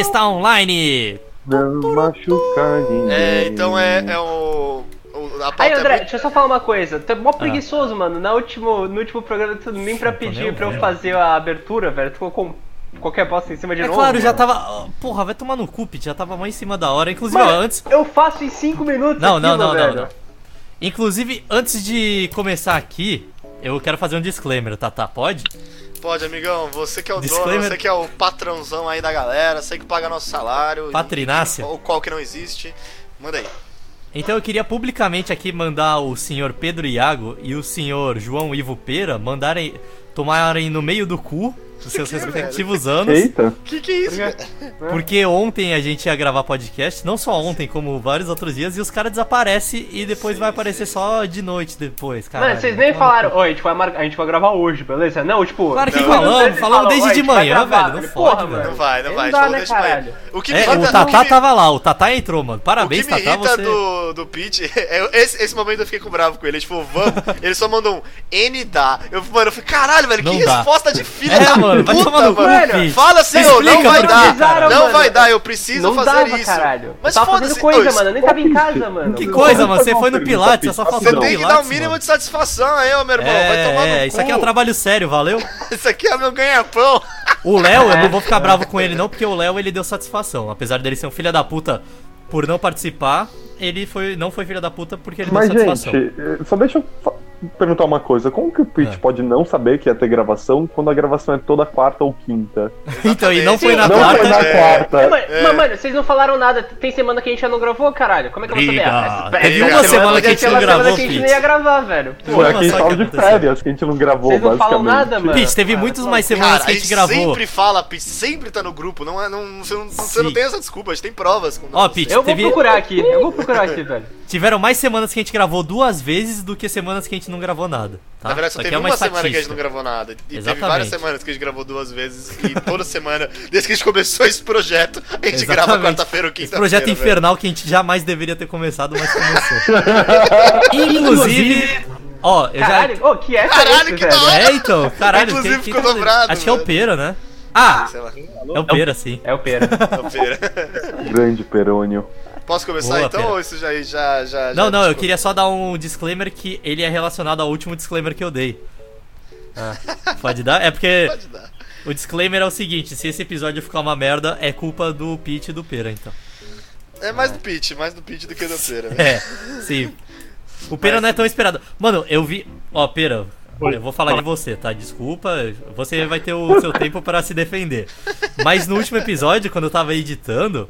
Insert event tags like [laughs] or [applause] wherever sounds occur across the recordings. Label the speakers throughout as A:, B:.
A: está online.
B: Não machucar ninguém.
C: É, então é, é o. o- A pauta
D: Aí, André,
C: é muito...
D: deixa eu só falar uma coisa. Tu é
A: Ah.
D: mó preguiçoso, mano. Na último, no último programa, tu nem pra
A: nem
D: pedir pra eu
A: ouvindo.
D: fazer a abertura, velho. Tu colocou um- qualquer bosta em cima de
A: É
D: novo.
A: claro, já
D: mano.
A: tava. Porra, vai tomar no cu, Pete, já tava mais em cima da hora. Inclusive, ó,
D: Mano,
A: antes.
D: Eu faço em 5 minutos.
A: Não,
D: aquilo,
A: não, não, não,
D: velho.
A: não. Inclusive, antes de começar aqui, eu quero fazer um disclaimer, tá? tá pode?
C: Pode, amigão, você que é o dono,
A: Disclaimer.
C: você que é o patrãozão aí da galera, você que paga nosso salário,
A: Patrinácia.
C: ou qual que não existe, manda aí.
A: Então eu queria publicamente aqui mandar o senhor Pedro Iago e o senhor João Ivo Pera mandarem. tomarem no meio do cu os seus
C: Que,
A: respectivos anos.
B: Eita,
C: Que que é isso?
D: Obrigado.
C: cara?
A: Porque ontem a gente ia gravar podcast, não só ontem, como vários outros dias, e os caras desaparecem e depois vai aparecer só de noite depois, cara.
D: Mano, vocês nem falaram, oi, a gente, vai mar- a gente vai gravar hoje, beleza? Não, tipo.
A: Claro que
D: não,
A: falamos,
D: vocês
A: falamos
D: falam,
A: desde
D: "Oi,
A: de
D: a gente vai
A: manhã,
D: gravar",
A: velho, não
D: Porra,
A: pode,
C: Não
A: velho.
C: vai, não
D: Não
C: vai,
D: dá,
C: só
D: né,
C: deixa pra ele.
D: caralho?
C: O que me
A: É,
C: irrita-
A: o
C: o que
A: Tatá
C: me-
A: tava lá, o Tatá entrou, mano.
C: um O que
A: Parabéns,
C: me
A: Tatá,
C: irrita
A: você.
C: do, do Pete, [laughs] é, esse, esse momento eu fiquei com bravo com ele. Tipo, vamos. Ele só mandou um N dá. Eu, mano, eu falei, caralho, velho,
A: Não
C: que
A: dá.
C: resposta de filho
A: É,
C: da
A: mano, vai
C: puta,
A: tomar no cu,
C: mano.
A: Pete.
C: Fala assim, ô, não
A: Explica
C: vai
A: por
C: dar.
A: quê,
D: cara.
C: não vai
D: Mano,
C: dar, eu preciso
D: Não
C: fazer
D: dava,
C: isso.
D: caralho.
C: Mas
D: Mas tava fazendo
C: foda-se. Ô,
D: coisa,
C: isso-
D: mano. Eu nem tava em casa, mano.
A: Que coisa, mano, você foi no Pilates, é só
B: Você
A: faltou
C: Você
A: no
C: tem
A: Pilates.
C: que dar o mínimo de satisfação aí, ô meu irmão. vai tomar
A: É,
C: no
A: é,
C: cu.
A: isso aqui é um trabalho sério, valeu?
C: Isso aqui é meu ganha-pão.
A: O Léo, eu
D: É.
A: não vou ficar bravo com ele não, porque o Léo ele deu satisfação. Apesar dele ser um filho da puta por não participar, ele foi, não foi filho da puta porque ele
B: mas
A: deu satisfação.
B: gente, eh, só deixa eu fa- perguntar uma coisa. Como que o Pete
A: É.
B: pode não saber que ia ter gravação quando a gravação é toda quarta ou quinta?
A: então, e não foi na
B: não
A: quarta.
B: foi na
C: é.
B: quarta.
D: Mas, mas, mano, vocês não falaram nada. Tem semana que a gente já não gravou, caralho. Como é que eu vou saber?
A: Briga.
D: Ah, mas-
A: Teve
D: é,
C: uma semana que a gente
D: teve
A: não
D: uma semana
A: gravou,
D: que a gente
A: Pete.
D: não ia gravar, velho. Pô,
B: Foi
A: Olha
B: aqui a gente
A: só o
B: tava
A: que
B: de
A: aconteceu.
B: férias, que a gente não gravou,
D: Vocês não falam
B: basicamente.
D: nada, mano.
A: Pete, teve
D: Ah,
A: muitos
D: tá
A: mais
D: bom.
A: semanas
C: Cara,
A: que a gente gravou.
C: sempre fala, Pete, sempre tá no grupo. Não é, não, você, não, você não
A: Sim.
C: tem essa desculpa, a gente tem provas. com-
A: Ó, Pete,
D: Eu vou
A: teve-
D: procurar aqui. Eu vou procurar aqui, velho.
A: tiveram mais semanas que a gente gravou duas vezes do que semanas que a gente não gravou nada. Tá?
C: Na verdade,
A: Isso
C: só
A: aqui
C: teve
A: é
C: uma, semana que a gente
A: estatística.
C: não gravou nada. E teve
A: Exatamente.
C: várias semanas que a gente gravou duas vezes. E toda semana, desde que a gente começou esse projeto, a gente grava
A: Exatamente.
C: quarta-feira ou
A: Esse
C: quinta-feira.
A: projeto
C: velho.
A: infernal que a gente jamais deveria ter começado, mas
C: [laughs]
A: começou. Inclusive, ó, eu já
D: Caralho, ô, que é
C: Caralho,
D: esse,
C: que
D: velho?
C: da hora.
A: É, então, caralho,
C: Inclusive,
A: quem- quem
C: ficou
A: tá-
C: dobrado,
A: Acho que é o
C: mano.
A: Pera, né? Ah,
C: Sei lá,
A: é o Pera, sim.
D: É o
A: [laughs]
D: Pera.
C: quarta-feira.
B: Grande perônio.
C: Posso começar
A: Boa,
C: então?
A: pera.
C: Ou isso já. já, já
A: Não,
C: já-
A: não, eu
C: desculpa.
A: queria só dar um disclaimer que ele é relacionado ao último disclaimer que eu dei. Pode dar? É porque
C: Pode dar.
A: o disclaimer é o seguinte: se esse episódio ficar uma merda, é culpa do Pete e do Pera, então.
C: É mais do Pete, mais do Pete do que da né? feira. velho.
A: É, sim. O Pera não é tão esperado. Mano, eu vi. Ó, Pera, eu vou falar de você, tá? Desculpa, você vai ter o seu tempo pra se defender. Mas no último episódio, quando eu tava editando,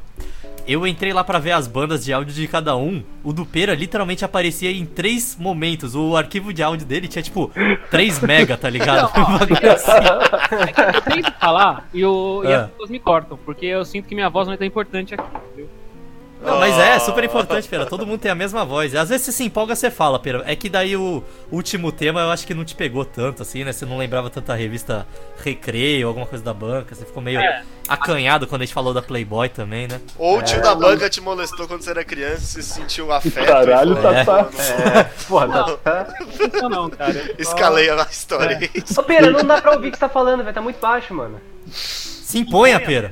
A: eu entrei lá pra ver as bandas de áudio de cada um. O do Pera literalmente aparecia em três momentos. O arquivo de áudio dele tinha tipo 3 mega, tá ligado? [laughs] Um bagulho assim.
E: é Eu tento falar e, o, e
A: É.
E: as pessoas me cortam, porque eu sinto que minha voz não é tão importante aqui. entendeu?
A: Não, mas é, super importante, Pera. Todo mundo tem a mesma voz. Às vezes você se empolga, você fala, Pera. É que daí o último tema eu acho que não te pegou tanto, assim, né? Você não lembrava tanto a revista Recreio, alguma coisa da banca. Você ficou meio
E: É.
A: acanhado quando a gente falou da Playboy também, né?
C: Ou o
B: É,
C: tio da banca te molestou quando você era criança e se sentiu afeto.
B: Caralho,
C: e falou, "É,
A: tá-
B: tá-
C: "Mano,
D: Porra, tá- tá.
E: Não, não, cara. eu só-
C: Escalei a história. aí.
D: Ô, Pera, não dá pra ouvir o que você tá falando, velho. Tá muito baixo, mano.
A: Se imponha, Pera.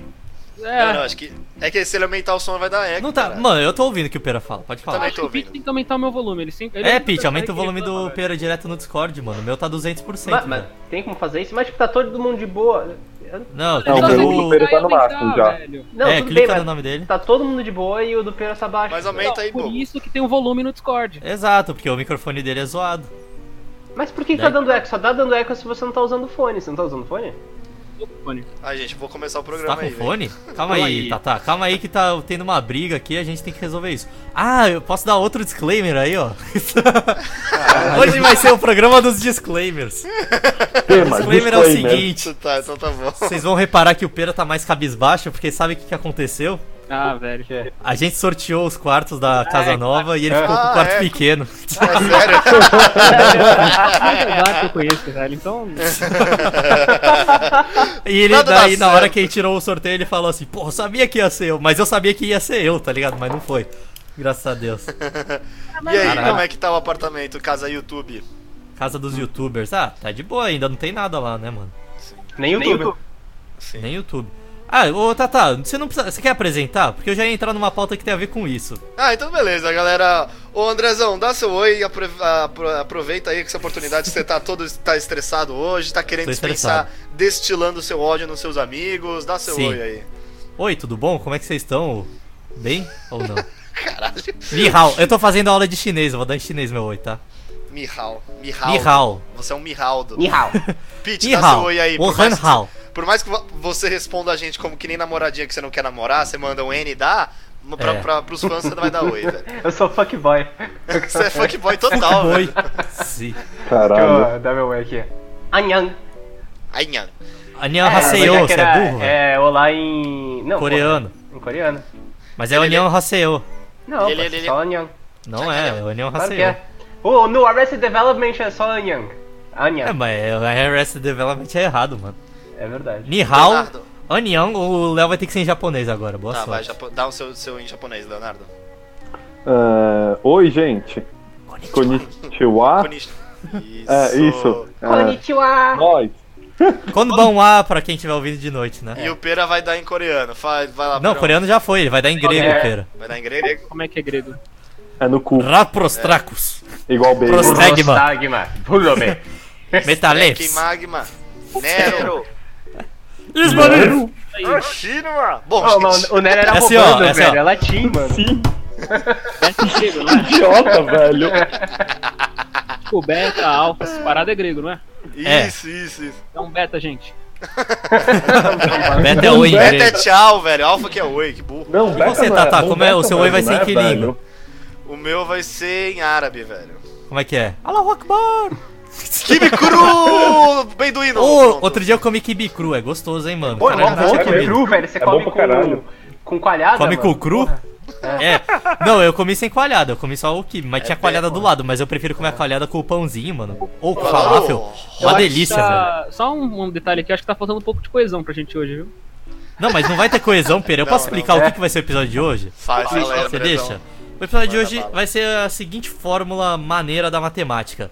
E: É,
C: Não, não, acho que. É que se ele aumentar o som vai dar eco.
A: Não tá.
C: caralho.
A: Mano, eu tô ouvindo o que o Pera fala. Pode
C: Eu
A: falar.
C: também.
E: acho que o Pete tem que aumentar o meu volume. Ele sempre, tá ele
A: É,
E: nunca
A: Pete, aumenta o
E: consegue
A: volume do
E: reclamar, velho.
A: Pera direto no Discord, mano. O meu tá 200%.
D: Mas,
A: velho.
D: mas tem como fazer isso? Mas, tipo, tá todo mundo de boa. Eu-
A: Não,
B: Não,
A: clica
B: o meu
A: no...
B: número- Ele tá no
E: Aumentar,
B: máximo já.
E: velho.
D: Não,
A: é,
D: tudo bem,
A: clica
D: mas
A: no nome dele.
D: tá todo mundo de boa e o do Pera tá baixo.
C: Mas
D: Mas,
C: aumenta aí,
E: Por
C: bobo.
E: isso que tem um volume no Discord.
A: Exato, porque o microfone dele é zoado.
D: por que, que tá
A: Né?
D: dando eco? Só tá dando eco se você não tá usando fone. Você não tá usando fone?
E: É. Fone.
C: Ai, gente, vou começar o
A: Tá
C: programa
A: com
C: aí. velho.
A: fone? Calma
E: Calma
A: aí,
E: aí.
A: Tata. Calma aí que tá tendo uma briga aqui, a gente tem que resolver isso. Ah, eu posso dar outro disclaimer aí, ó. Hoje vai ser o programa dos disclaimers.
B: Tema,
A: disclaimer é o seguinte.
C: Isso tá, então tá bom. [laughs]
A: Vocês vão reparar que o Pera tá mais cabisbaixo, porque sabe o que, que aconteceu?
E: Ah, velho.
B: É.
A: A gente sorteou os quartos da Casa
E: é,
A: Nova e ele ficou com
C: Ah,
A: o quarto
C: é.
A: pequeno.
C: É sério?
E: Cada lugar que eu conheço, velho. Então,
A: E ele,
C: Nada dá
A: daí, na hora
C: certo.
A: que ele tirou o sorteio, ele falou assim: Pô, eu sabia que ia ser eu, mas eu sabia que ia ser eu, tá ligado? Mas não foi. Graças a Deus.
C: E aí,
A: Caralho.
C: como é que tá o apartamento, casa YouTube?
A: Casa dos youtubers. Ah, tá de boa ainda, não tem nada lá, né, mano?
D: Nem YouTube.
A: Nem YouTube. Ah, ô Tata, você não precisa. Você quer apresentar? Porque eu já ia entrar numa pauta que tem a ver com isso.
C: Ah, então beleza, galera. Ô Andrezão, dá seu oi e apro- apro- aproveita aí que essa oportunidade que você tá todo tá estressado hoje, tá querendo
A: Tô
C: dispensar, destilando seu ódio nos seus amigos. Dá seu
A: Sim.
C: oi aí.
A: Oi, tudo bom? Como é que vocês estão? Bem ou
D: [laughs]
A: não? Caralho. Nihao, eu tô fazendo aula de chinês, eu vou dar em chinês meu oi, tá?
C: Mihal. Mihal.
A: Nihao.
C: Você é um Mihaldo.
D: Nihao.
C: Pete, dá seu
A: Nihao.
C: oi aí.
A: O
C: Por mais,
D: [laughs]
A: Hao.
C: por mais que vo- você responda a gente como que nem namoradinha que você não quer namorar, você manda um N e dá, pra,
A: É.
C: pra, pros fãs você não vai dar oi,
A: [laughs]
C: velho.
D: Eu sou fuckboy.
C: Você é fuckboy
D: Tá
C: total,
A: Oi.
C: velho.
A: Sim.
B: Caralho.
D: Deixa eu dar meu oi aqui. Anyang.
C: Ai, nhan.
A: Anyan
D: mas
A: Haseo,
D: já que
A: você
D: era-
A: é burro? velho?
D: É, olá em. Não,
A: Coreano.
D: pô, em coreano.
A: Mas é Anyan Haseo.
D: Não,
C: Ele-
D: pô,
C: ele-
D: só Anyang.
A: Não é, é Anyan
D: Claro que
A: Haseo.
D: é. Oh, no Arrested Development é só Anyang.
A: É,
D: Anyang.
A: mas é- é Arrested Development é errado, mano.
D: É verdade.
A: Nihao,
C: Leonardo.
A: Anyang, o Léo vai ter que ser em japonês agora, boa
C: Tá, vai,
A: sorte.
C: japo- dá o seu, seu em japonês, Leonardo.
B: Ah, oi, gente. Konnichiwa.
C: Konnichi- Isso.
B: Ah. É, isso. É,
D: Konnichiwa.
B: nós.
A: Quando bom lá, pra quem tiver ouvindo de noite, né?
C: E o Pera vai dar em coreano. Vai, vai lá,
A: Não,
C: Perão.
A: coreano já foi, ele vai dar em grego,
E: É.
A: pera.
C: Vai dar em grego.
E: Como é que é grego?
B: É no cu.
A: Raprostracus.
B: Igual bacon.
A: Prost- Stagma.
D: Stagma.
A: [laughs]
D: Pulome.
C: É. Que
A: Metaleps.
C: magma. Nero.
B: É
A: Ismael.
E: Aí,
C: Chinua. Bom,
D: Oh,
C: gente.
D: mano, o Nero era
A: É assim, ó,
D: roubando,
A: é assim, ó.
D: velho. É latim, mano.
B: Sim,
E: Beta é grego, não é?
B: idiota, velho.
E: Tipo, beta, alfa, essa parada é grego, não é?
A: É.
C: Isso, isso, isso.
E: Então beta, gente.
A: Beta é o em
C: Beta é
A: grego.
C: tchau, velho. Alfa que é oi, que burro.
B: Não,
A: E você,
B: não
A: Tata,
B: não,
A: como é? O seu oi vai
B: não
A: ser em que
B: velho?
A: língua?
C: O meu vai ser em árabe, velho.
A: Como é que é? Alá, Akbar.
C: Kibe [laughs] Kuru! Benduíno!
A: Ô,
C: Pronto.
A: outro dia eu comi kibe cru, é gostoso, hein, mano.
D: Pô, é mó
A: Caralho, não
D: bom,
A: tinha
B: é
D: é
A: comido.
D: cru, velho. Você
B: É
D: come
B: bom pra caralho.
D: com, com coalhada,
A: Come
D: mano.
A: com cru? É. Não, eu comi sem coalhada, eu comi só o kibe,
C: É
A: mas tinha coalhada do lado, mas eu prefiro comer a coalhada com o pãozinho, mano. Ou com
C: Oh,
A: falafel.
E: Eu
A: Uma
E: acho que
A: delícia, velho.
E: tá- Só um, um detalhe aqui, acho que tá faltando um pouco de coesão pra gente hoje, viu?
A: Não, mas não vai ter coesão, Pera. Eu
C: Não,
A: posso
C: não.
A: explicar o que, que vai ser o episódio de hoje?
C: Faz, fala aí,
A: Você
C: Andrezão.
A: Ah, deixa? O episódio de
C: Manda
A: hoje
C: bala.
A: vai ser a seguinte fórmula maneira da matemática.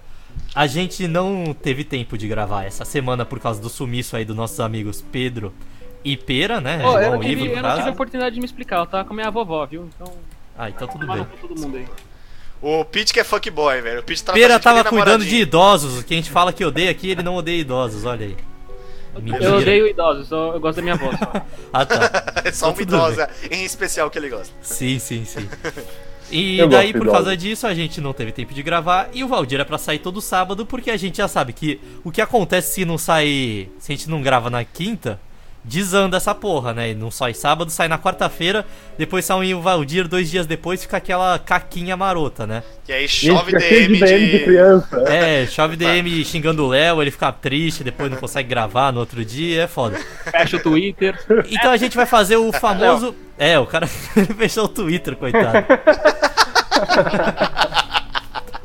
A: A gente não teve tempo de gravar essa semana por causa do sumiço aí dos nossos amigos Pedro e Pera, né?
E: Ó, eu
A: João
E: não
A: e
E: tive,
A: Ivo, no
E: eu não tive
A: caso.
E: a oportunidade de me explicar, eu tava com a minha vovó, viu? Então,
A: Ah, então tudo
E: tomar
A: bem.
E: no cu todo mundo aí.
C: O Pete que é fuckboy, velho. O Pete trata a
A: Pera
C: gente que nem
A: tava cuidando de
C: tipo namoradinho.
A: idosos, o que a gente fala que odeia aqui, ele não odeia idosos, olha aí.
E: Eu
A: Mentira.
E: odeio idosos, só- eu gosto da minha voz.
A: [laughs] Ah, tá.
C: [laughs] É só
A: Tá
C: uma
A: tudo
C: idosa em especial que ele gosta.
A: Sim, sim, sim. [laughs] E
B: Eu
A: daí,
B: gosto de
A: por causa
B: idosos.
A: disso, a gente não teve tempo de gravar. E o Valdir é pra sair todo sábado, porque a gente já sabe que o que acontece se não sai. Se a gente não grava na quinta, desanda essa porra, né? E não sai sábado, sai na quarta-feira. Depois sai um o Valdir, dois dias depois, fica aquela caquinha marota, né?
C: E aí chove
B: Gente, fica cheio
C: DM
B: de DM de
C: de...
B: criança.
A: É, chove
B: [laughs]
A: DM xingando o Léo, ele fica triste, depois não consegue gravar no outro dia, é foda.
E: Fecha o Twitter.
A: Então a gente vai fazer o famoso. É, o cara [laughs] fechou o Twitter, coitado.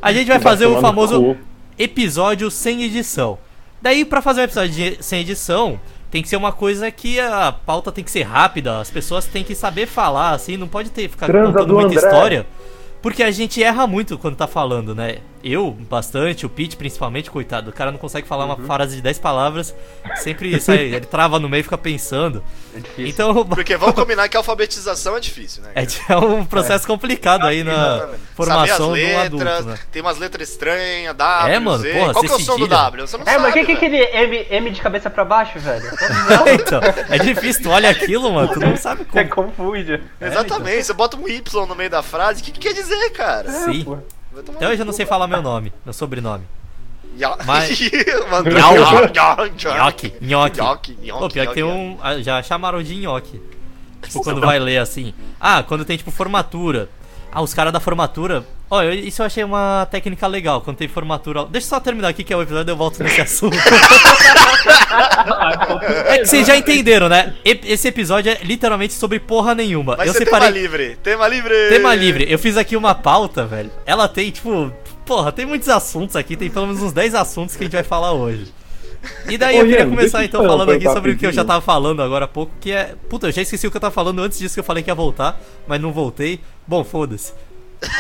A: A gente vai fazer o
B: tomar no
A: famoso
B: cu.
A: episódio sem edição. Daí, pra fazer um episódio de- sem edição, tem que ser uma coisa que a pauta tem que ser rápida, as pessoas têm que saber falar, assim, não pode ter ficar
B: Transa
A: contando
B: do
A: muita
B: André.
A: história. Porque a gente erra muito quando tá falando, né? Eu, bastante, o Pete, principalmente, coitado. O cara não consegue falar uma frase de 10 palavras, sempre [laughs] sai, ele trava no meio e fica pensando.
D: É difícil.
A: Então, [laughs]
C: Porque vamos combinar que a alfabetização é difícil, né?
A: é, de- é um processo complicado aí na
C: Exatamente.
A: formação de
C: Saber
A: um
C: as
A: adulto,
C: letras,
A: [laughs] né?
C: Tem umas letras estranhas, W,
A: É, mano,
C: Z.
A: porra,
C: Qual que é o
A: você
C: som do
A: cedilha.
C: W? Você não
D: É,
C: sabe,
D: mas o que, que é
C: velho.
D: aquele M, M de cabeça pra baixo,
A: [laughs]
D: velho?
A: então, é difícil, tu olha aquilo, mano, tu não sabe
D: Você
A: como.
D: confunde.
A: É, então.
C: Exatamente, você bota um Y no meio da frase, o que, que quer dizer, cara?
A: Sim.
D: porra.
C: Vai tomar
A: assim. Até hoje
C: no
A: eu não
C: cu.
A: sei falar meu nome, meu sobrenome.
C: Ya-
A: Mas-
C: [laughs] Mano,
A: Yau.
C: Yau, Yau, Yau.
A: Nhoque, nhoque.
C: Nhoque, nhoque,
A: Pô, pior que tem
C: nhoque.
A: um. ah, Já chamaram de nhoque. Tipo, quando vai ler assim. Ah, quando tem tipo formatura. Ah, os caras da formatura. Ó, eu- isso eu achei uma técnica legal. Quando tem formatura. Deixa eu só terminar aqui que é o episódio eu volto nesse [laughs] assunto. É que vocês já entenderam, né? Ep- Esse episódio é literalmente sobre porra nenhuma.
C: Vai
A: eu
C: ser
A: separei.
C: tema livre, tema livre.
A: Tema livre, eu fiz aqui uma pauta, velho. Ela tem, tipo, porra, tem muitos assuntos aqui, tem pelo menos uns 10 assuntos que a gente vai falar hoje. E daí
B: Ô,
A: eu queria
B: Ian,
A: começar
B: deixa
A: então
B: eu falar
A: falando
B: uma
A: aqui
B: coisa
A: sobre o que eu já
B: rapidinho.
A: tava falando agora há pouco, que é. Puta, eu já esqueci o que eu tava falando antes disso que eu falei que ia voltar, mas não voltei. Bom, foda-se.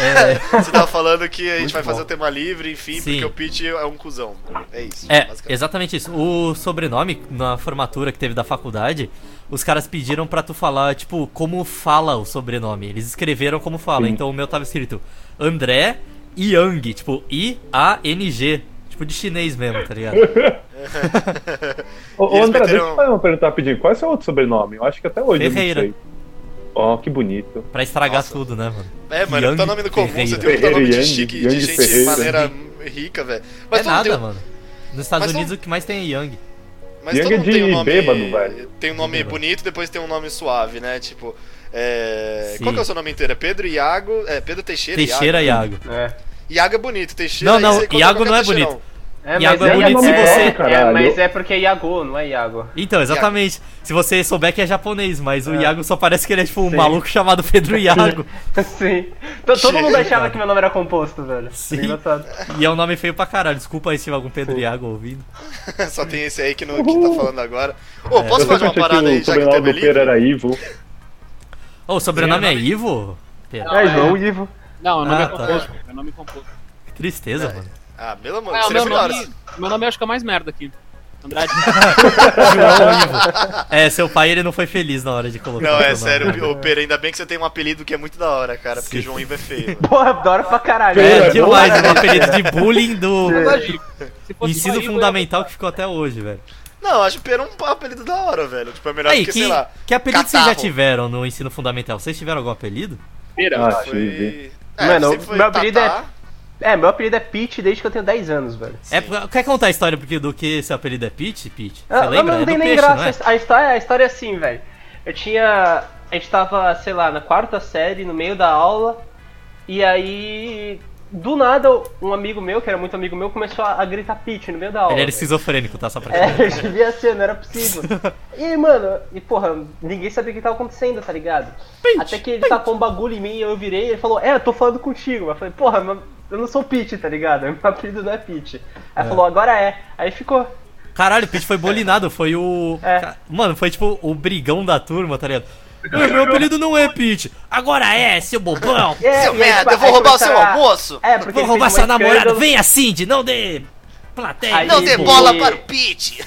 A: É,
C: Você tava falando que a gente
B: Muito
C: vai fazer
B: bom.
C: o tema livre, enfim,
A: Sim.
C: porque o Pete é um cuzão. É isso.
A: é,
C: basicamente.
A: exatamente isso. O sobrenome, na formatura que teve da faculdade, os caras pediram pra tu falar, tipo, como fala o sobrenome. Eles escreveram como fala.
B: Sim.
A: Então o meu tava escrito André Yang, tipo, I-A-N-G. Tipo de chinês mesmo, tá ligado?
B: Ô, ô,
C: Eles
B: André, deixa
C: meteram-
B: eu fazer uma pergunta rapidinho. Qual é o seu outro sobrenome? Eu acho que até hoje
A: Ferreira.
B: eu não sei. Ó, que bonito.
A: Pra estragar
C: Nossa.
A: tudo, né, mano?
C: É, mano,
A: Yang
C: tá nome no comum, você tem
A: Ferreira.
C: um nome de
B: Ferreira,
C: chique,
B: Yang,
C: de
B: Yang
C: gente de
B: Ferreira.
C: maneira rica, velho. Mas
A: é
C: todo mundo
A: nada,
C: tem,
A: mano. Nos Estados
C: Mas não-
A: Unidos o que mais tem é Yang.
C: Mas
B: Yang
C: todo
B: é
C: mundo tem um
B: de
C: nome.
B: bêbado, velho.
C: Tem um nome
A: Bêbado.
C: bonito, depois tem um nome suave, né? Tipo. É...
A: Sim.
C: Qual que é o seu nome inteiro? É Pedro Iago. É, Pedro Teixeira,
A: Teixeira
C: Iago.
A: Iago.
E: É.
C: Iago é bonito, Teixeira
A: Não, não,
C: aí você encontra
A: Iago
C: qualquer
A: não é
C: Teixeirão. [laughs]
A: bonito.
E: É,
A: Iago
E: mas
A: é
E: é,
A: bonito
E: nome
A: se você-
E: próprio,
B: caralho.
D: É, mas é porque é Iago, não é Iago. [laughs]
A: Então, exatamente. Se você souber que é japonês, mas o
E: É.
A: Iago só parece que ele é tipo um
E: Sim.
A: maluco chamado Pedro Iago.
D: Sim. T- Todo mundo achava que meu nome era composto, velho. Tá
A: Sim.
D: Engraçado.
A: E é um nome feio pra caralho. Desculpa aí se tiver algum Pedro Iago ouvindo.
C: Só tem esse aí que, não, que tá falando agora. Ô, posso
B: É. eu
C: fazer
B: sempre
C: uma
B: achei
C: parada
B: que
C: aí,
B: o
C: já que o tema
B: sobrenome
C: é
B: do Pera
C: livre?
B: era Ivo.
A: Ô, o sobrenome é Ivo? Pera,
E: Ah,
B: É,
E: é.
B: João Ivo.
E: Não, o nome
A: Ah,
E: é
A: tá.
E: composto. Meu nome é composto.
A: que tristeza, mano.
C: Ah, pelo amor,
E: Ah, o
C: seria
E: meu
C: melhor.
E: nome, meu nome eu acho que é o mais merda aqui.
A: [laughs]
E: Andrade.
A: É, seu pai ele não foi feliz na hora de colocar o
C: Não, é
A: seu nome.
C: sério, ô Pera, ainda bem que você tem um apelido que é muito da hora, cara, porque
A: Sim.
C: João Ivo é feio.
D: Porra, adoro pra caralho.
A: É
B: Pera,
A: demais, um apelido de bullying do
E: Se
D: tipo,
E: fosse só
A: ensino
D: é
E: Ivo, eu ia-
A: fundamental que ficou até hoje, velho.
C: Não, acho o Pera um apelido da hora, velho. Tipo, é melhor do
A: Aí,
C: que,
A: que,
C: sei lá.
A: que apelido vocês já
C: catarro.
A: tiveram no ensino fundamental? Vocês tiveram algum apelido?
E: Pera,
B: Ah, tive.
C: É, Foi...
D: Mano,
C: sempre foi
D: meu apelido é-
C: Tatá.
D: É, meu apelido é Pete desde que eu tenho 10 anos, velho.
A: É, quer contar a história porque- do que seu apelido é Pete? Pete? Você
D: Ah, Não,
A: lembra?
D: não
A: é
D: tem
A: do
D: nem
A: peixe,
D: graça.
A: não é?
D: a, história, a história é assim, velho. Eu tinha. A gente tava, sei lá, na quarta série, no meio da aula. E aí. Do nada, um amigo meu, que era muito amigo meu, começou a, a gritar Pete no meio da aula.
A: Ele era
D: velho.
A: esquizofrênico, tá? Só pra
D: É, [laughs] eu devia ser, não
A: [laughs]
D: era possível. E aí, mano, e porra, ninguém sabia o que tava acontecendo, tá ligado? Até que ele tacou um bagulho em mim e eu virei e ele falou, é, eu tô falando contigo. Mas eu falei, porra, mas eu não sou o Pete, tá ligado? [laughs] Meu apelido não é Pete. Aí falou, agora é. Aí ficou.
A: Caralho, o Pete foi bolinado, foi o.
D: É.
A: Ca- Mano, foi tipo o brigão da turma, tá ligado? Ei, meu apelido não é Pete, agora é, seu bobão!
D: É, e
C: Seu
D: aí,
C: merda,
D: tipo,
C: eu vou
D: aí
C: roubar o seu
D: começaram a-
C: almoço!
D: É, porque
A: Vou
D: ele
A: roubar
D: fez um
A: sua namorada,
D: escândalo.
A: venha Cindy, assim, não dê plateia!
D: Aí
C: Não
D: ele-
C: dê
A: pô.
C: bola para o Pete!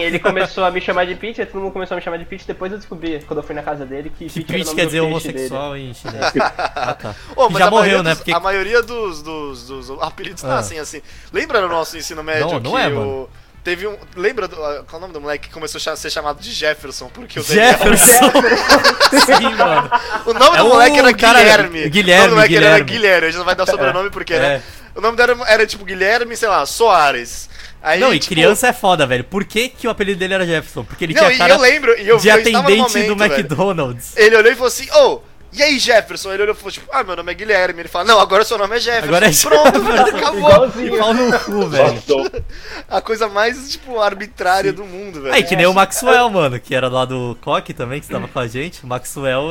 A: [laughs]
D: ele começou a me chamar de Pete, aí todo mundo começou a me chamar de Pete, depois eu descobri, quando eu fui na casa dele, que,
A: Que
D: Pete era o
A: Pete
D: nome
A: quer
D: do
A: dizer
D: peixe
A: homossexual em chinês. Ah, tá.
C: [laughs] Ô,
A: Já morreu,
C: a maioria
A: né,
C: dos-
A: porque-
C: A maioria dos, dos, dos apelidos
A: Ah.
C: nascem assim. Lembra no nosso ensino médio
A: Não,
C: que
A: não é,
C: o.
A: mano.
C: Teve um. Lembra do. ah, Qual é o nome do moleque que começou a cha- ser chamado de Jefferson? Porque o Daniel-
A: Jefferson!
C: [laughs]
A: Sim, mano.
C: O nome
A: É
C: do
A: o
C: moleque era
A: cara-
C: Guilherme.
A: Guilherme,
C: O nome do moleque era
A: Guilherme. É.
C: Guilherme. A gente não vai dar o sobrenome porque, né? O nome dele era, era tipo Guilherme, sei lá, Soares. Aí,
A: Não, e
C: tipo,
A: criança é foda, velho. Por que, que o apelido dele era Jefferson? Porque ele
C: Não,
A: tinha
C: e
A: cara
C: eu lembro. E eu,
A: de
C: eu estava no
A: atendente
C: momento,
A: do
C: velho.
A: McDonald's.
C: Ele olhou e falou assim: Ô, e aí, Jefferson? Ele olhou e falou tipo: Ah, meu nome é Guilherme. Ele fala: Não, agora seu nome é Jefferson.
A: Agora é
C: [laughs] Pronto, velho, acabou.
D: Igualzinho.
A: E pau no cu, velho.
B: Nossa,
C: A coisa mais, tipo, arbitrária do mundo, velho.
A: Aí, É, que nem o Maxwell, mano, que era lá do Coque também, que estava com a gente. O Maxwell,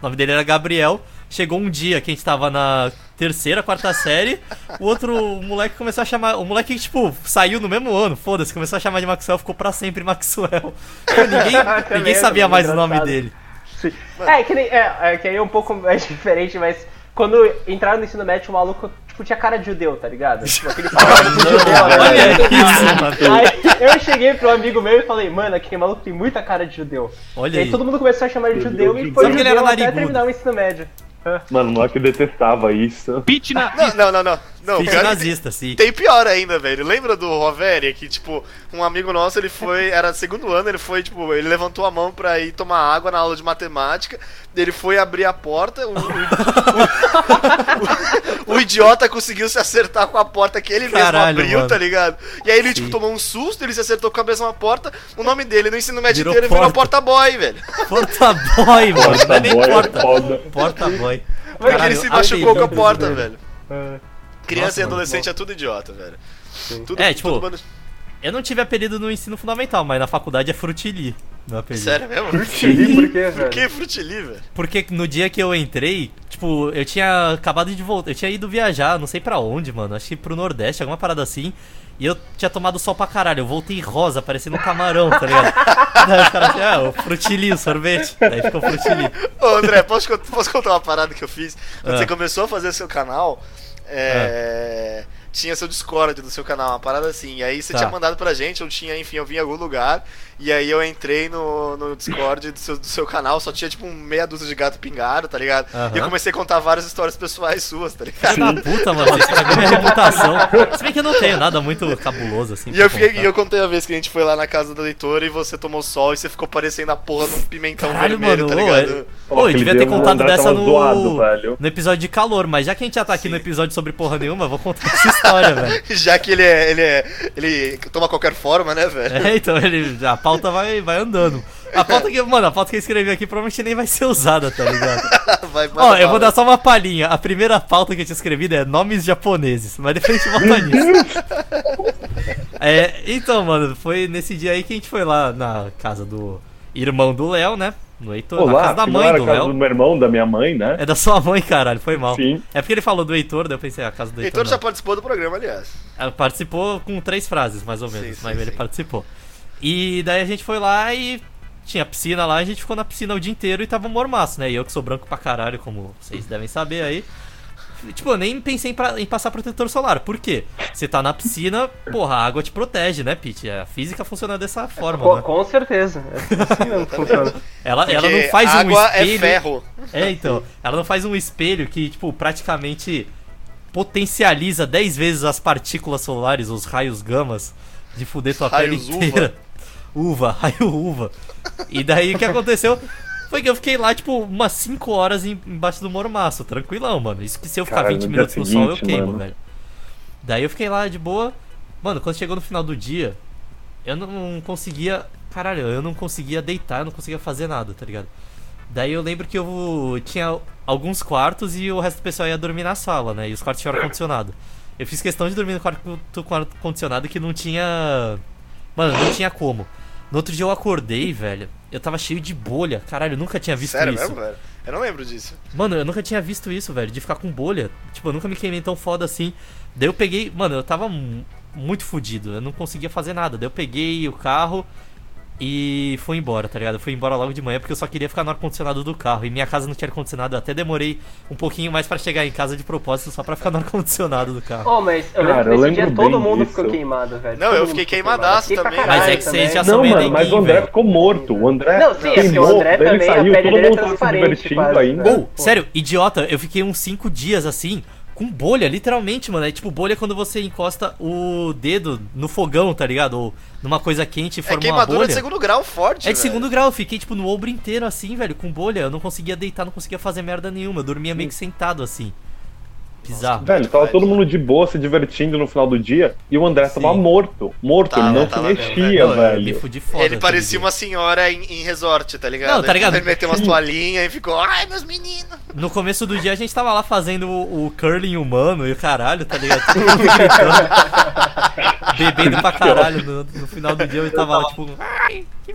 A: o nome dele era Gabriel. Chegou um dia que a gente tava na terceira, quarta série. O outro moleque começou a chamar. O moleque, tipo, saiu no mesmo ano, foda-se, começou a chamar de Maxwell, ficou pra sempre Maxwell.
D: [laughs]
A: Ninguém, ninguém
D: É mesmo,
A: sabia mais o nome
D: engraçado.
A: dele.
D: É, que nem, é, é, que aí é um pouco [laughs] mais diferente, mas quando entraram no ensino médio, o maluco, tipo, tinha cara de judeu, tá ligado?
C: [laughs]
D: Tipo, aquele sapato de judeu, né?
A: Olha É isso, mano.
D: Aí eu cheguei pro amigo meu e falei, mano, aquele maluco tem muita cara de judeu. e
A: Olha
D: aí,
A: aí.
D: todo mundo começou a chamar ele de judeu e foi
A: Sabe que ele
D: judeu
A: era
D: até
A: narigudo.
D: terminar o ensino médio.
B: Mano, o moleque
A: [laughs]
B: detestava isso.
E: Pete na.
C: Não, não, não. não.
A: Fiz
C: não pior
D: assim.
C: que tem-
A: nazista, assim. sim.
C: Tem pior ainda, velho. Lembra do Roveri? Que, tipo, um amigo nosso, ele
A: [laughs]
C: foi. Era segundo ano, ele foi, tipo, ele levantou a mão pra ir tomar água na aula de matemática. Ele foi abrir a porta. O, o- [laughs] o- o idiota conseguiu se acertar com a porta que ele
A: Caralho,
C: mesmo abriu,
A: mano.
C: tá ligado? E aí ele, tipo,
A: Sim.
C: tomou um susto, ele se acertou com a mesma porta. O nome dele no ensino médio
A: Virou
C: inteiro virou
A: porta.
C: porta-boy, velho.
A: Porta-boy, mano. Não é nem
B: Porta-boy, é
A: porta.
B: foda.
A: Porta-boy.
C: Porque
A: Caralho,
C: ele se machucou com a
A: apelido,
C: porta, velho.
A: Nossa,
C: Criança e
A: mano,
C: adolescente é tudo idiota, velho. Tudo,
A: É, tipo,
C: tudo mano-
A: Eu não tive apelido no ensino fundamental, mas na faculdade é Frutili. Meu apelido.
C: Sério mesmo?
D: Por quê,
C: Que frutili, velho.
A: Porque no dia que eu entrei, tipo, Tipo, eu tinha acabado de voltar. Eu tinha ido viajar, não sei pra onde, mano. Acho que pro Nordeste, alguma parada assim. E eu tinha tomado sol pra caralho. Eu voltei rosa, parecendo um camarão, tá ligado? [laughs] Daí os caras assim, ah, o frutili, o sorvete. Daí ficou frutili.
C: Ô, André, posso, cont- posso contar uma parada que eu fiz? Quando
A: Ah.
C: você começou a fazer seu canal, é, tinha seu Discord do seu canal, uma parada assim. E aí você
A: Ah. Tá.
C: tinha mandado pra gente, eu tinha, enfim, eu vim em algum lugar. E aí eu entrei no, no Discord do seu, do seu canal, só tinha tipo um meia dúzia de gato pingado, tá ligado? E
A: Aham.
C: eu comecei a contar várias histórias pessoais suas, tá ligado?
A: Filho da puta, mano. Isso estragou minha reputação. Se bem que eu não tenho nada muito cabuloso assim.
C: E
A: pra
C: eu, fiquei,
A: contar.
C: e eu contei a vez que a gente foi lá na casa da leitora e você tomou sol e você ficou parecendo a porra de um pimentão
A: Caralho,
C: vermelho,
A: mano.
C: tá
A: ô, é-
C: ligado?
A: Ô, eu
B: Aquele
A: devia
B: dia
A: ter
B: o
A: contado
B: André
A: dessa
B: tava
A: no.
B: zoado, velho.
A: No episódio de calor, mas já que a gente já tá aqui no episódio sobre porra nenhuma, eu vou contar essa história, velho.
C: [laughs] Já que ele é, ele é. Ele toma qualquer forma, né,
A: [laughs]
C: velho?
A: É, então ele, a pauta vai, vai andando. A pauta que, mano, a pauta que eu escrevi aqui provavelmente nem vai ser usada, tá
B: [laughs]
A: ligado?
C: [laughs] Vai,
A: Ó,
C: manda
A: eu vou
C: bala.
A: dar só uma palhinha. A primeira pauta que eu tinha escrevido é nomes japoneses, mas depois a gente
B: [laughs]
A: volta nisso. É, então, mano, foi nesse dia aí que a gente foi lá na casa do irmão do Léo, né? No Heitor, na
B: Olá,
A: casa da
B: filho, era
A: mãe
B: a
A: do
B: casa
A: Léo.
B: do meu irmão, da minha mãe, né?
A: É da sua mãe, caralho, foi mal.
B: Sim.
A: É porque ele falou do Heitor, daí eu pensei, ah, a casa do Heitor.
C: Heitor Então já
A: não.
C: participou do programa, aliás.
A: Ela participou com três frases, mais ou menos,
C: Sim,
A: mas
C: sim,
A: ele
C: sim.
A: participou. E daí a gente foi lá e tinha piscina lá, a gente ficou na piscina o dia inteiro e tava um mormaço, né? E eu que sou branco pra caralho, como vocês devem saber aí. Tipo, eu nem pensei em, pra- em passar protetor solar. Por quê? Você tá na piscina, porra, a água te protege, né, Pete? A física funciona dessa
D: Com,
A: forma, né?
D: com certeza. É assim mesmo que funciona.
A: Ela, ela
C: Porque
A: não faz um
C: água
A: espelho.
C: é ferro.
A: É, então. Ela não faz um espelho que, tipo, praticamente potencializa 10 vezes as partículas solares, os raios gamas, de fuder tua
C: Raios
A: pele inteira. Uva. [laughs] raio uva. E daí o que aconteceu foi que eu fiquei lá, tipo, umas 5 horas em- embaixo do mormaço, tranquilão, mano. Isso que se eu ficar
B: Caralho,
A: 20
B: no dia
A: minutos no sol, eu
B: seguinte,
A: queimo,
B: mano.
A: velho. Daí eu fiquei lá de boa. Mano, quando chegou no final do dia, eu não conseguia. Caralho, eu não conseguia deitar, eu não conseguia fazer nada, tá ligado? Daí eu lembro que eu tinha alguns quartos e o resto do pessoal ia dormir na sala, né? E os quartos tinham ar-condicionado. Eu fiz questão de dormir no quarto com- com ar-condicionado que não tinha. Mano, não tinha como. No outro dia eu acordei, velho. Eu tava cheio de bolha. Caralho, eu nunca tinha visto
C: Sério
A: isso.
C: mesmo, velho? Eu não lembro disso.
A: Mano, eu nunca tinha visto isso, velho, de ficar com bolha. Tipo, eu nunca me queimei tão foda assim. Daí eu peguei. Mano, eu tava mu- muito fudido. Eu não conseguia fazer nada. Daí eu peguei o carro e fui embora, tá ligado? Eu fui embora logo de manhã porque eu só queria ficar no ar-condicionado do carro. E minha casa não tinha ar-condicionado. Eu até demorei um pouquinho mais pra chegar em casa de propósito só pra ficar no ar-condicionado do carro.
D: Oh, mas eu
B: Cara,
D: lembro
B: eu
D: que nesse
B: lembro
D: dia todo
B: bem
D: mundo
B: disso.
D: ficou queimado, velho.
C: Não,
D: Todo
C: eu
D: mundo
C: fiquei
D: ficou
C: queimadaço
D: queimado. Fiquei pra
C: também.
A: Mas é
D: caralho
A: que vocês já né?
D: também.
A: são
B: Não,
A: meio
B: mano, mas o
A: neguinho,
B: André
A: velho.
B: ficou morto. O André
D: Não, sim, assim,
B: queimou,
D: o André
B: ele
D: também, a
B: saiu,
D: pele
B: todo
D: dele é
B: mundo tava se
D: transparente
B: divertindo
D: quase,
B: ainda.
D: né?
A: Ou, sério, idiota, eu fiquei uns 5 dias assim, com bolha, literalmente, mano. É tipo bolha quando você encosta o dedo no fogão, tá ligado? Ou numa coisa quente e
C: É
A: forma uma
C: queimadura
A: bolha.
C: de segundo grau forte.
A: É de
C: velho.
A: segundo grau, eu fiquei tipo no ombro inteiro assim, velho, com bolha. Eu não conseguia deitar, não conseguia fazer merda nenhuma. Eu dormia meio que sentado assim. Bizarro.
B: [laughs] Velho, tava
C: Verdade.
B: todo mundo de boa, se divertindo no final do dia, e o André tava
A: Sim.
B: morto. Morto,
C: Tava,
B: ele não
C: tava
B: se mexia,
A: Não, eu Me
B: velho.
A: fudi foda. tá
C: Ele parecia
A: aquele
C: uma senhora em, em resort, tá ligado?
A: Não, tá ligado?
C: Ele meteu
A: [laughs]
C: umas toalhinhas e ficou, ai, meus meninos.
A: dia. No começo do dia a gente tava lá fazendo o, o curling humano e o caralho, tá ligado? Todo mundo gritando. Bebendo pra caralho. No, no final do dia eu tava lá, tipo.
C: É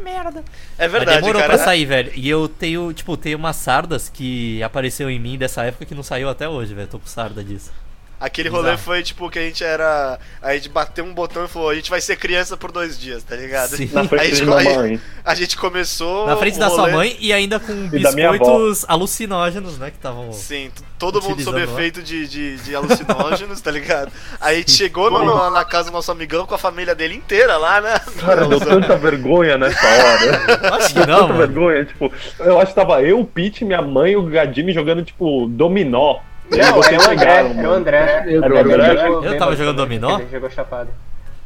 A: Mas
C: verdade,
A: demorou
C: cara.
A: pra sair, velho. E eu tenho, tipo, tenho umas sardas que apareceu em mim dessa época que não saiu até hoje, velho. Tô com sarda disso.
C: Aquele rolê
A: Bizarro.
C: foi tipo que a gente era. A gente bateu um botão e falou, a gente vai ser criança por dois dias, tá ligado?
A: Sim.
B: Na
C: Aí,
B: frente de
C: tipo,
B: minha
C: aí-
B: mãe.
C: A gente começou.
A: Na frente
C: o
A: da sua
C: rolê-
A: mãe e ainda com
B: da minha avó.
A: biscoitos alucinógenos, né? Que estavam.
C: Sim, t- todo mundo sob
A: Utilizando lá.
C: efeito de, de, de alucinógenos, tá ligado? Aí a gente chegou no- no- na casa do nosso amigão com a família dele inteira
A: [laughs]
C: lá, né?
B: Cara, deu tanta vergonha nessa hora.
A: Acho que não,
B: tanta
A: mano.
B: vergonha, tipo, eu acho que tava eu, o Pete, minha mãe e o Gadini jogando, tipo, dominó. E aí
D: Não,
B: vocês
D: era o André,
B: pegaram,
D: era o
B: é um mano.
D: André.
E: Eu-
B: Era o André?
D: jogou
A: Eu tava
D: bêbado
A: jogando
D: também,
A: dominó?
D: Ele jogou chapado.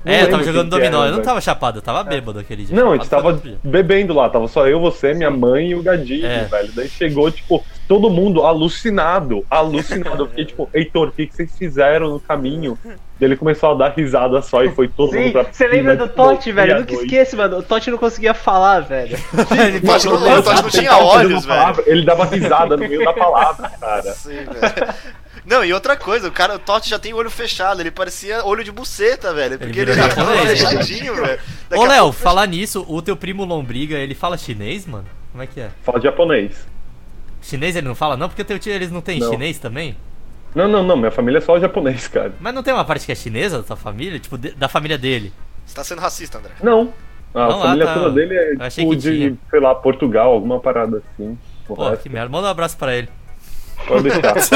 A: É, eu tava
B: lembro
A: jogando
B: quem que
A: dominó.
B: era,
A: eu não
B: velho.
A: tava chapado, eu tava bêbado aquele dia.
B: Não, a gente tava
A: todo dia.
B: bebendo lá, tava só eu, você, minha mãe e o Gadinho,
A: É.
B: velho. Daí chegou, tipo, todo mundo alucinado, alucinado. Eu fiquei tipo, Heitor, o que, que vocês fizeram no caminho? Daí Ele começou a dar risada só e foi todo
D: Sim,
B: mundo pra
D: você lembra do Totti, velho? Eu nunca
B: esqueci.
D: esqueço, mano. O Totti não conseguia falar, velho.
A: Ele
C: Mas
A: pegou-
C: não- Totti
A: tá
C: tinha olhos, velho.
B: Ele dava risada no meio da palavra, cara.
C: Sim, velho. Não, e outra coisa, o cara, o Totti já tem o olho fechado, ele parecia olho de buceta, velho. Porque ele,
A: virou
C: já tava
A: japonês, né?
C: fechadinho, velho. Daqui
A: Ô,
C: a
A: Léo,
C: pouco-
A: falar nisso, o teu primo Lombriga, ele fala chinês, mano? Como é que é?
B: Fala japonês.
A: Chinês ele não fala, não? Porque teu tio eles não têm
B: Não.
A: chinês também?
B: Não, não, não. Minha família é só japonês, cara.
A: Mas não tem uma parte que é chinesa da tua família? Tipo, de- da família dele.
C: Você tá sendo racista, André.
B: Não. A
A: Não, lá
B: família
A: tá.
B: toda dele
A: Eu
B: é
A: achei
B: tipo
A: que tinha.
B: de, sei lá, Portugal, alguma parada assim. O
A: Pô,
B: resto,
A: que merda. Manda um abraço pra ele.
B: Pode
A: [laughs]
B: deixar.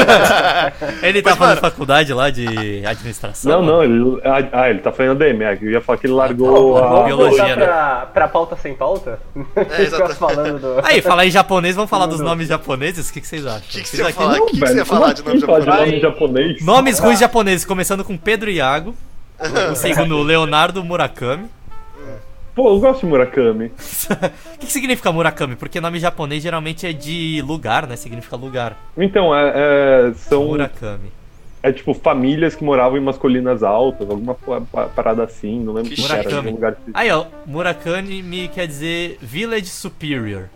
A: Ele tá
C: Mas,
A: fazendo
C: mano-
A: faculdade lá de administração?
B: não,
A: mano?
B: não, ele. Ah, ele tá fazendo DM. Eu ia falar
C: Ah,
B: que ele largou
A: tá,
B: a.
A: largou.
D: Vamos
A: biologia,
D: voltar pra, pra pauta sem pauta? [laughs]
C: É, exato.
D: falando do...
A: [laughs] Aí, falar em japonês, vamos falar dos nomes japoneses? O que, que vocês acham?
C: O que, que
A: Fiz
C: você ia
A: aqui-
C: falar? O Ah, que, que você ia falar de nome
B: Quem fala de
C: japonês?
B: nome japonês?
A: Nomes ruins japoneses, começando com Pedro Iago. O segundo, Leonardo Murakami.
B: Pô, eu gosto de Murakami.
A: O que, que significa Murakami? Porque nome japonês geralmente é de lugar, né? Significa lugar.
B: Então, é, é, são.
A: Murakami.
B: É tipo famílias que moravam em umas colinas altas, alguma pa- pa- parada assim, não lembro
C: Que
B: que era.
A: Murakami.
B: algum lugar que-
A: Aí, ó, Murakami me quer dizer Village Superior.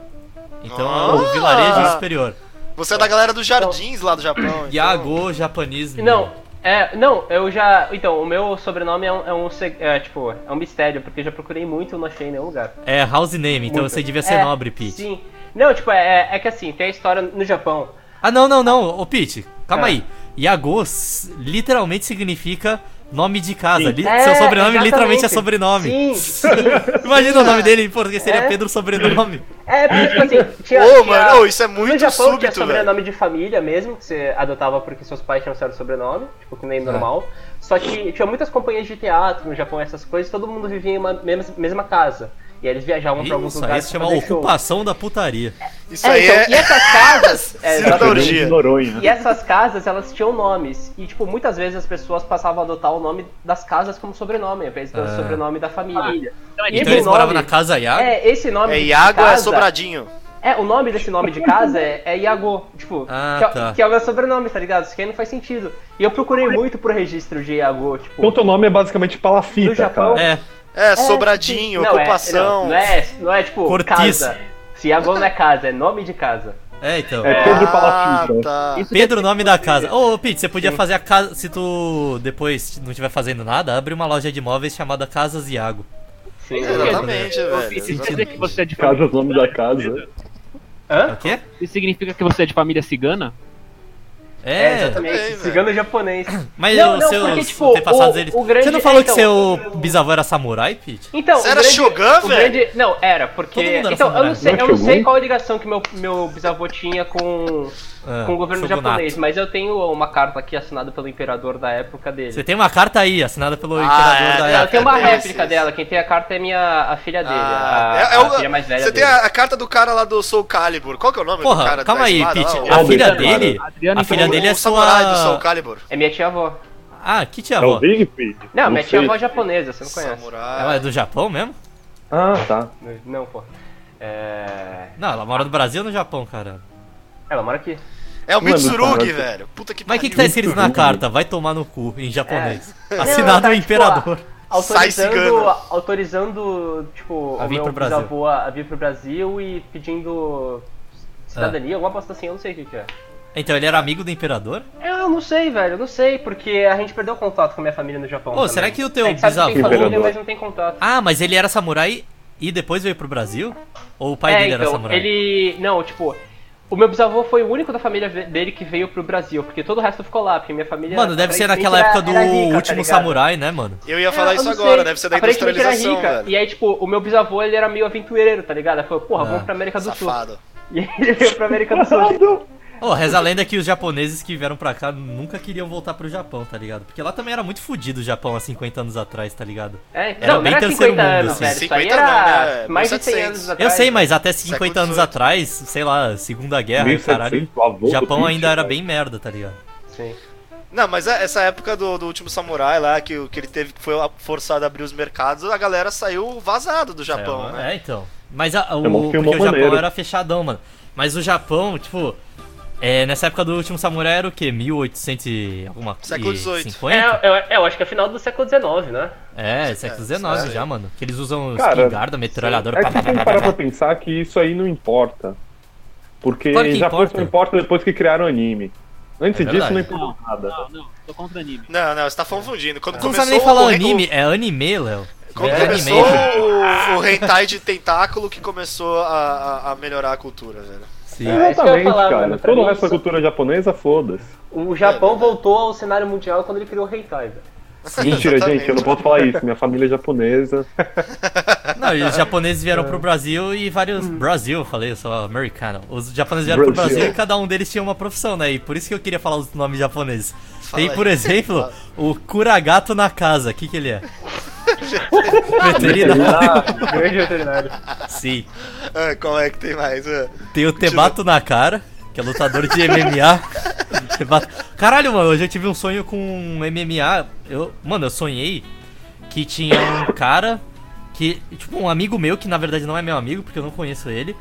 A: Então é
C: Ah!
A: o vilarejo superior.
C: Você é da galera dos jardins lá do Japão. então.
A: Yago japonês.
D: Não, é, não, eu já... Então, o meu sobrenome é um, é um seg- é, tipo, é um mistério, porque eu já procurei muito e não achei em nenhum lugar.
A: É house name, então você devia ser
D: É,
A: nobre, Pete.
D: Sim. Não, tipo, é, é que assim, tem a história no Japão.
A: Ah, não, não, não. Ô, Pete, calma
D: É.
A: aí. Yago s- literalmente significa nome de casa.
B: Sim.
A: Li-
D: É,
A: seu sobrenome
D: exatamente.
A: literalmente é sobrenome.
D: Sim, sim.
A: Imagina o nome dele em português, seria
D: É.
A: Pedro Sobrenome.
D: É, porque, tipo assim,
A: [laughs]
D: tinha.
C: Ô,
D: tinha-
C: mano, ô, isso é muito
D: no Japão tinha
C: súbito, velho.
D: sobrenome de família mesmo, que você adotava porque seus pais tinham um certo sobrenome, tipo,
C: É.
D: que nem normal. Só que tinha muitas companhias de teatro no Japão, essas coisas, todo mundo vivia em uma mesma, mesma casa. E aí eles viajavam pra alguns
A: Isso aí
D: lugares.
A: se
D: pra
A: chama
D: fazer show.
A: ocupação da putaria.
C: Isso
D: É,
C: aí
D: então,
C: é.
D: e [laughs] essas casas.
C: [laughs]
D: é,
C: Cidadão
D: exatamente.
C: de- Orgia.
B: De Noronha.
D: E essas casas, elas tinham nomes. E, tipo, muitas vezes as pessoas passavam a adotar o nome das casas como sobrenome, ao invés do
A: Ah.
D: sobrenome da família. E
A: Então
D: pro
A: eles moravam na
D: nome-
A: casa Yago?
D: É, esse nome.
C: É
D: de
C: Iago é
D: casa-
C: sobradinho.
D: É, o nome desse nome de casa é, é Iago, tipo,
A: Ah,
D: que, é-
A: tá.
D: que é o meu sobrenome, tá ligado? Isso aqui não faz sentido. E eu procurei muito pro registro de Iago,
B: Então
D: tipo,
B: teu nome é basicamente palafita,
D: No Japão-
B: cara.
A: É,
C: É, sobradinho,
D: não, é-
C: ocupação.
D: não, não, é, não é, tipo,
A: Cortiço.
D: casa. Se Iago não é casa, é nome de casa.
A: é então.
B: É, Pedro Palafita.
C: Ah, tá.
A: Pedro, nome da casa. Ô, ô, Pete, você podia fazer a casa. Se tu depois não estiver fazendo nada, abre uma loja de imóveis chamada Casas Iago.
D: Sim,
A: É.
C: Exatamente, velho.
E: Isso quer dizer que
C: exatamente.
E: você é de
B: Casa, nome da
E: cigana?
B: casa.
A: É
D: Hã?
A: o quê?
E: Isso significa que você é de família cigana?
A: É,
D: É, exatamente.
C: também, velho.
D: Cigano japonês.
A: mas
D: Não,
A: os
D: não,
A: seus
D: porque, tipo,
A: antepassados
D: o-
A: eles.
D: o grande-
A: Você não falou
D: é, então,
A: que seu bisavô era samurai, Pete?
D: Então,
C: Você
D: o
C: era
D: grande-
C: Shogun,
D: o
C: velho?
D: grande- Não, era, porque.
A: Todo mundo era né?
D: então, eu
A: samurai.
D: não sei,
B: Não
D: eu não
B: Shogun?
D: sei qual a ligação que meu, meu bisavô tinha com,
A: Ah,
D: com o governo
A: shogunato.
D: japonês, mas eu tenho uma carta aqui assinada pelo imperador da época dele.
A: Você tem uma carta aí, assinada pelo
C: Ah,
A: imperador
C: é,
A: da
C: é,
D: Ela
A: época.
D: tem uma
C: Cadê
D: réplica
C: esses?
D: dela, quem tem a carta é minha a filha dele,
C: Ah,
D: a,
C: é- é
D: a
C: o-
D: filha mais velha
C: Você tem
D: dele.
C: a, a carta do cara lá do Soul Calibur. Qual que é o nome do
A: Porra,
C: cara
A: calma
C: da
A: aí,
C: espada lá,
A: Pete.
C: é o-
A: A
B: Albert,
A: filha
B: cara.
A: dele.
E: Adriano,
A: A filha
E: então,
A: dele é
C: o um samurai do Soul
A: sua.
C: Calibur.
D: É minha tia avó.
A: Ah, que tia
B: É o
A: avó?
B: Big Pig?
D: Não, minha
B: sei.
D: tia avó é japonesa, você não conhece.
A: Ela é
C: Samurai.
A: do Japão mesmo?
B: Ah, tá.
D: Não, pô. É...
A: Não, ela mora no Brasil ou no Japão, cara?
D: Ela mora aqui.
C: É o
B: Mano,
C: Mitsurugi,
B: cara.
C: velho. Puta que
A: Mas o que, que tá escrito na carta? Vai tomar no cu, em japonês. [laughs]
D: Não,
A: Assinado
D: tá,
A: o
D: tipo,
A: imperador.
D: a- Autorizando,
C: cigano.
D: autorizando tipo,
A: A
D: o
A: vir
D: meu
A: pro Brasil.
D: bisavô a a vir pro Brasil e pedindo
A: Ah.
D: cidadania, alguma bosta assim, eu não sei o que que é.
A: Então ele era amigo do imperador?
D: Eu não sei, velho, eu não sei, porque a gente perdeu contato com a minha família no Japão.
A: Ô,
D: também.
A: será que o teu
D: a gente sabe que tem
A: bisavô-
D: família,
B: Imperador.
D: mas não tem contato.
A: Ah, mas ele era samurai e depois veio pro Brasil? Ou o pai
D: é,
A: dele
D: então,
A: era samurai?
D: ele. Não, tipo. O meu bisavô foi o único da família ve- dele que veio pro Brasil, porque todo o resto ficou lá, porque minha família.
A: Mano, deve ser naquela
D: era-
A: época do
D: era rica, tá
A: último
D: ligado?
A: samurai, né, mano?
C: Eu ia
D: É,
C: falar
D: eu
C: isso
D: não
C: agora,
D: sei.
C: deve ser da
D: Aparentemente era
C: industrialização,
D: rica.
C: velho.
D: E aí, tipo, o meu bisavô, ele era meio aventureiro, tá ligado? Ele falou, porra,
A: Ah,
D: vamos pra América do
C: Safado.
D: Sul. [laughs] E aí ele veio pra América do Sul.
A: Ô, reza a lenda que os japoneses que vieram pra cá nunca queriam voltar pro Japão, tá ligado? Porque lá também era muito fodido o Japão há 50 anos atrás, tá ligado?
D: É, então,
A: Era
D: não
A: bem
D: era
A: terceiro
D: 50
A: mundo,
D: anos,
A: assim.
D: velho. Isso aí
C: 50 não,
D: era
C: né?
D: mais de 100
C: 1700.
D: anos
A: Eu
D: atrás.
A: sei, mas até 50
C: né? Século
A: anos
C: 18.
A: atrás, sei lá, Segunda Guerra, e o caralho,
B: 1700, o avô
A: o
B: do
A: Japão
B: Pete,
A: ainda era
B: um cara.
A: bem merda, tá ligado?
D: Sim.
C: Não, mas é- essa época do, do último samurai lá, que, o- que ele teve que foi forçado a abrir os mercados, a galera saiu vazado do Japão,
A: é,
C: né?
A: É, então. Mas a-
B: É
A: o,
B: um filme
A: porque o Japão
B: maneiro.
A: era fechadão, mano. Mas o Japão, tipo. é, nessa época do último samurai era o quê? 1800 e alguma coisa?
C: Século 18.
D: É, eu, eu acho que é final do século XIX, né?
A: É, século
C: É,
A: XIX
C: é.
A: já, mano. Que eles usam
B: Cara,
A: espingarda, metralhadora.
B: É
A: pá,
B: que
A: pá, pá,
B: tem que
A: pá,
B: parar pra
A: pá.
B: pensar que isso aí não importa. Porque
A: Claro que
B: Japão
A: importa.
B: só importa depois que criaram anime. Antes
A: É
B: disso
A: verdade.
B: não importa nada.
E: Não, não, tô contra anime.
C: Não, não, você tá confundindo. Quando
A: Tu É. não
C: começou
A: sabe nem falar
C: o, re-
A: anime, é anime, Léo.
C: o- quando
A: é
C: começou
A: anime.
C: o, o hentai de tentáculo que começou a, a- a melhorar a cultura, velho.
A: Sim.
D: É isso que eu ia
B: Exatamente,
D: falar,
B: cara.
A: né,
D: mano, pra
B: Todo o
D: mim
B: resto da
D: isso-
B: cultura
A: [laughs]
B: japonesa, foda-se.
D: O
C: É, né?
D: Japão voltou ao cenário mundial quando ele criou o hentai, velho.
B: Mentira,
C: Exatamente.
B: gente, eu não posso falar isso. Minha família é japonesa.
A: Não, e os japoneses vieram pro Brasil e vários. Brasil, eu falei, eu sou americano. Os japoneses vieram pro
B: Brasil.
A: Brasil e cada um deles tinha uma profissão, né? E por isso que eu queria falar os nomes japoneses.
C: Fala
A: Tem,
C: aí.
A: por exemplo,
C: Fala.
A: o Kuragato na casa. O que, que ele
C: [laughs]
A: é? Veterinário?
D: Ah, grande veterinário.
A: Sim.
C: Ah, qual é que tem mais? Ah,
A: Tem o Tebato na cara, que é lutador de
C: [laughs]
A: MMA. Tebato- Caralho, mano, hoje eu tive um sonho com um MMA. Eu, mano, eu sonhei que tinha um cara que, tipo, um amigo meu, que na verdade não é meu amigo, porque eu não conheço ele.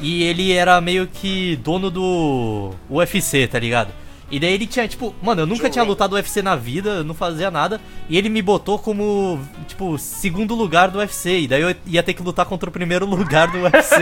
A: E ele era meio que dono do UFC, tá ligado? E daí ele tinha, tipo, mano, eu nunca
C: Joe
A: tinha
C: Rogan.
A: lutado UFC na vida, eu não fazia nada. E ele me botou como, tipo, segundo lugar do UFC. E daí eu ia ter que lutar contra o primeiro [laughs] lugar do UFC.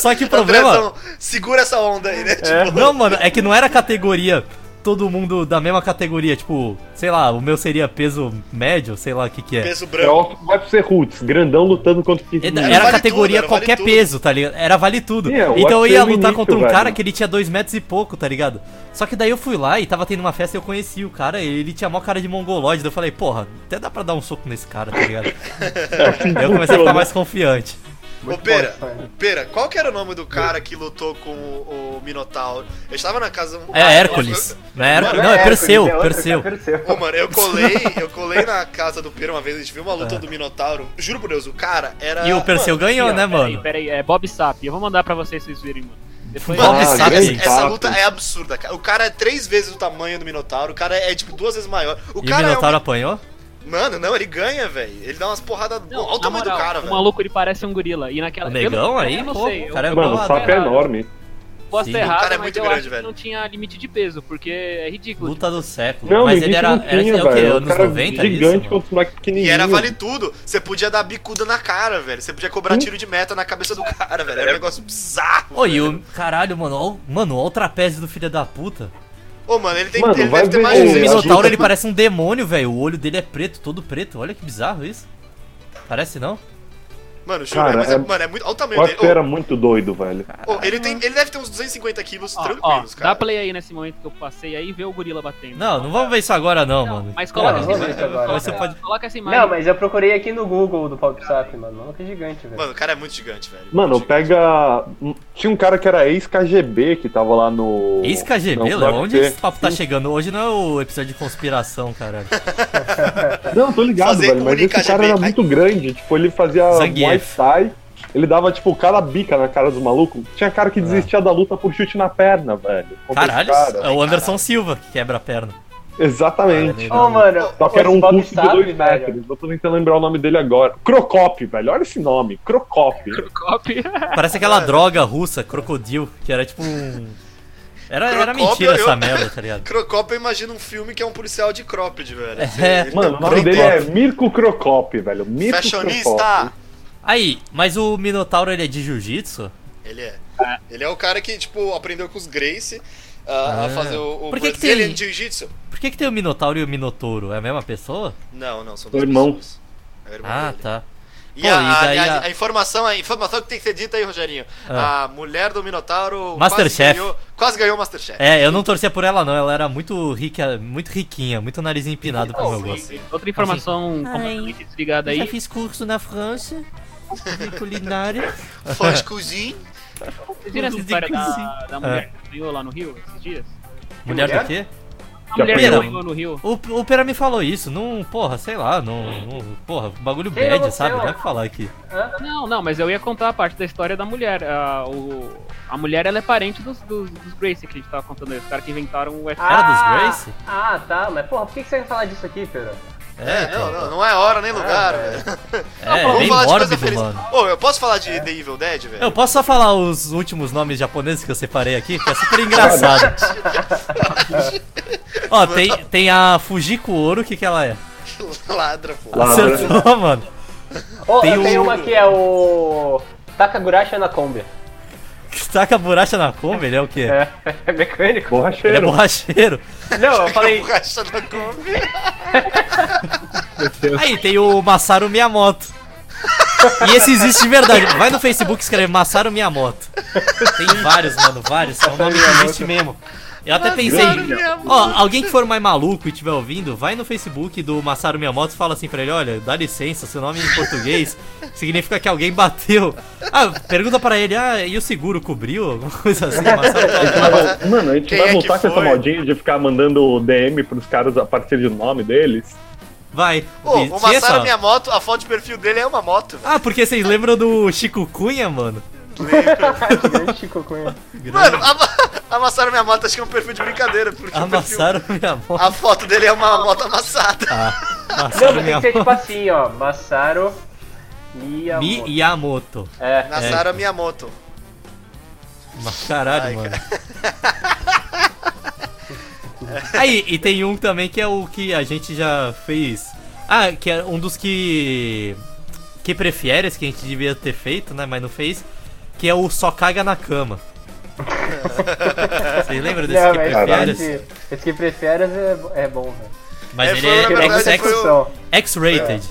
A: Só que o
C: Tá
A: problema.
C: Andrezão, segura essa onda aí, né? Tipo,
A: Não, mano, é que não era categoria. Todo mundo da mesma categoria, tipo, sei lá, o meu seria peso médio, sei lá o que que é.
C: peso
B: É
C: branco.
B: o UFC Roots, grandão lutando contra o
A: Era
B: pequenininho.
A: era
C: Vale
A: categoria
C: tudo, era
A: qualquer
C: vale tudo.
A: peso, tá ligado? Era vale tudo.
B: Sim, é, o
A: então eu
B: UFC
A: ia
B: é o
A: lutar
B: início,
A: contra um
B: velho.
A: cara que ele tinha dois metros e pouco, tá ligado? Só que daí eu fui lá e tava tendo uma festa e eu conheci o cara, e ele tinha mó cara de mongolóide, daí eu falei, porra, até dá pra dar um soco nesse cara, tá ligado? Aí eu comecei a ficar mais confiante.
C: Ô, Pera, Pera, qual que era o nome do cara que lutou com o, o Minotauro? Eu estava na casa.
A: É Hércules. Não é, Hércules, não, é Perseu,
D: Hércules, é outro,
A: Perseu.
D: é Perseu.
C: Ô, mano, eu colei, eu colei na casa do Pera uma vez, a gente viu uma luta do Minotauro. Juro por Deus, o cara era.
A: É. E o Perseu
C: Ah, Mano,
A: ganhou, né,
E: Peraí,
A: mano?
E: Peraí, é Bob Sap. Eu vou mandar pra vocês, vocês verem, mano. Depois...
A: Bob
C: Mano,
A: Sapp.
C: essa-
A: Grande
C: essa
B: papo.
C: luta é absurda, cara. O cara é três vezes o tamanho do Minotauro, o cara é, tipo, duas vezes maior. O
A: E o
C: cara
A: Minotauro
C: é
A: apanhou?
C: um... Mano, não, ele ganha, velho. Ele dá umas porradas... boas.
E: Não,
C: Olha o
E: na
C: tamanho
E: moral,
C: do cara,
E: O
C: velho.
E: maluco, ele parece um gorila. E naquela...
A: O negão
E: eu,
A: aí,
E: eu não
A: pô,
E: sei.
A: o cara é
E: eu,
B: Mano, o
A: bolado,
B: sapo é enorme.
E: Posso
A: Sim.
E: estar errado,
C: O cara é
E: mas
C: muito
E: eu
C: grande,
E: acho que
C: velho.
E: não tinha limite de peso, porque é ridículo.
A: Luta do século.
B: Não,
A: Mas ele
B: no início
A: era,
B: não
A: era,
B: tinha,
A: é o que?
B: velho. O
A: Anos
B: cara
A: 90? isso,
B: gigante
A: mano?
B: contra um moleque
C: E
B: pequenininho.
C: era vale tudo. Você podia dar bicuda na cara, velho. Você podia
E: Hum?
C: cobrar tiro de meta na cabeça do cara, velho. Era um negócio bizarro.
A: Ô, e
C: velho.
A: o caralho, mano, ó, o- mano, ó o trapézio do filho da puta.
C: Ô, mano, ele tem
B: Mano,
C: ele
B: vai
C: deve ter
B: ver
C: mais
A: O
B: Sim,
C: de
B: eu
C: seis
B: acho
A: Minotauro,
C: quilos.
A: ele parece um demônio, velho. O olho dele é preto, todo preto. Olha que bizarro isso. Parece não?
C: Mano, juro,
B: Cara,
C: mas é,
B: é-
C: mano, é muito. Olha o
B: O
C: tamanho dele.
B: UFC era muito doido, velho.
C: Ô, ô, ele, tem, ele deve ter uns 250 quilos
E: Ó, ó,
C: tranquilos, cara.
E: dá play aí nesse momento que eu passei aí e vê o gorila batendo.
A: Não, não vamos ver isso agora não,
E: Não,
A: mano.
E: Mas coloca
D: Não,
E: essa
D: vamos
E: imagem.
D: ver isso agora.
E: Você pode... Coloca essa imagem.
D: Não, mas eu procurei aqui no Google do Bob Sap, mano. O maluco é gigante, velho.
C: Mano, o cara é muito gigante, velho.
B: Mano,
C: Muito
B: pega. Tinha um cara que era ex-KGB que tava lá no.
A: Ex-KGB,
B: não,
A: Léo,
B: no
A: onde
B: UFC.
A: esse papo tá chegando? Hoje não é o episódio de conspiração, caralho.
B: Não, tô ligado,
C: Fazer
B: velho. Mas
C: bullying
B: esse cara
C: KGB.
B: era muito grande. Tipo, ele fazia Muay
A: Zangief.
B: Thai. Ele dava, tipo, cada bica na cara do maluco. Tinha cara que desistia da luta por chute na perna, velho. Contra esse
A: É. Caralho,
B: cara.
A: é o Anderson Silva que quebra a perna.
B: Exatamente.
D: Ô, mano,
B: Só que era um
D: esse Bob
B: curso de
D: Sapp,
B: dois
D: velho,
B: metros. Eu tô tentando lembrar o nome dele agora. Crocop, velho. Olha esse nome. Crocop.
E: Copy.
A: Parece aquela droga russa, crocodil, que era tipo um... Era, era
C: Crocópio,
A: mentira
C: eu-
A: essa merda, tá ligado?
C: Crocop, eu imagino um filme que é um policial de cropped, velho. um
A: É.
B: Mano, o nome
A: Crocop.
B: dele é Mirko Crocop, velho. Mirko
C: Fashionista!
B: Crocop.
A: Aí, mas o Minotauro ele é de jiu-jitsu?
C: Ele é. Ele é o cara que, tipo, aprendeu com os Grace a-
A: Ah.
C: a fazer o, o
A: Por que que
C: Brazilian
A: tem-
C: é Jiu-Jitsu.
A: Por que, que tem o Minotauro e o Minotouro? É a mesma pessoa?
C: Não, não, são dois
B: Irmão.
C: pessoas. É o irmão
A: Ah,
C: dele.
A: tá.
C: E,
A: Pô,
C: a,
A: e daí
C: a-
A: a-
C: a informação, a informação que tem que ser dita aí, Rogerinho.
A: Ah.
C: A mulher do Minotauro quase
A: Masterchef.
C: ganhou, quase ganhou o Masterchef.
A: É, eu não torcia por ela não, ela era muito rica, muito riquinha, muito narizinho empinado pro meu gosto.
E: Outra informação completamente desligada aí.
A: fiz curso na França de culinária.
C: [laughs] Faz cozinha.
E: Vocês viram essa
A: Tudo
E: história da,
A: inclusive.
E: da mulher que ganhou lá no Rio esses dias?
A: Mulher do quê?
E: A mulher que
A: pena.
E: ganhou no Rio.
A: O, o Pera me falou isso, não, porra, sei lá, não, não- porra, bagulho
D: Quem é
A: bad,
D: você,
A: sabe? Não
D: ó?
A: é pra falar aqui.
E: Não, não, mas eu ia contar a parte da história da mulher. A, o, a mulher, ela é parente dos, dos, dos Gracie que a gente tava contando aí. Os caras que inventaram o UFC.
A: Era dos Grace?
D: Ah, tá, mas porra, por que que você vai falar disso aqui, Pedro?
A: [laughs] É,
C: Não,
A: então,
C: não, não é hora nem lugar, velho.
A: é,
C: Vamos
A: bem
C: falar de coisa
A: mórbido,
C: feliz.
A: mano. É.
C: Ô, eu posso falar de The Evil Dead, velho?
A: Eu posso só falar os últimos nomes japoneses que eu separei aqui, que é super engraçado. Ó, tem, tem a Fujiko Ouro, o que que ela é?
C: [laughs] Ladra, pô.
B: Lá- Ladra.
A: Acertou, mano.
D: Ô,
A: Tem
D: eu tenho
A: o-
D: uma que é o. Takagurashi na Kombi.
A: Taca a borracha na Kombi, ele é [laughs] o quê?
D: É, é
A: Ele
D: mecânico.
A: é
B: Borracheiro.
A: borracheiro.
D: Não,
C: [laughs]
D: eu falei.
C: Borracha da Kombi.
A: Aí tem o Masaru Miyamoto. E esse existe de verdade. Vai no Facebook e escreve Massaro Miyamoto. Tem vários, mano, vários. É um nome que existe mesmo. Eu até pensei.
C: Massaro Miyamoto.
A: Ó, alguém que for mais maluco e estiver ouvindo, vai no Facebook do Massaro Miyamoto e fala assim pra ele: olha, dá licença, seu nome é em português significa que alguém bateu. Ah, pergunta pra ele: ah, e o seguro cobriu? Alguma coisa assim, Massaro
B: A gente vai vol- Mano, a gente
C: Quem
B: vai
C: é que
B: voltar com essa
C: foi?
B: modinha de ficar mandando DM pros caras a partir do nome deles.
A: Vai.
C: Ô,
A: E-
C: o
A: tinha
C: Massaro é
A: essa-
C: minha moto, a foto de perfil dele é uma moto. velho.
A: Ah, porque vocês lembram do Chico Cunha, mano?
D: Grande Chico Cunha.
C: Mano, [laughs] a, amassaram minha moto, acho que é um perfil de brincadeira. Porque
A: Ah,
C: o
A: Amassaram minha
C: perfil-
A: moto.
C: a foto dele é uma moto amassada.
D: Não,
A: Amassaram
D: mas tem
A: Ah, minha
D: que ser
A: moto.
D: tipo assim, ó. Massaro. Miyamoto.
A: Mi Yamoto.
D: É.
C: Nassaram minha moto.
A: Mas caralho,
C: Ai,
A: mano. Aí, e tem um também que é o que a gente já fez. Ah, que é um dos que. Que prefieres que a gente devia ter feito, né? Mas não fez. Que é o Só Caga na Cama. Vocês lembram desse
D: Não,
A: que
D: mas
B: Caralho.
A: prefieres?
D: esse, esse que prefere é, é bom, velho.
A: Mas
C: É,
A: ele
C: foi, na
A: é
D: Porque
C: verdade,
D: é
A: X-
C: foi
A: X-
C: o-
D: discussão.
A: X-rated.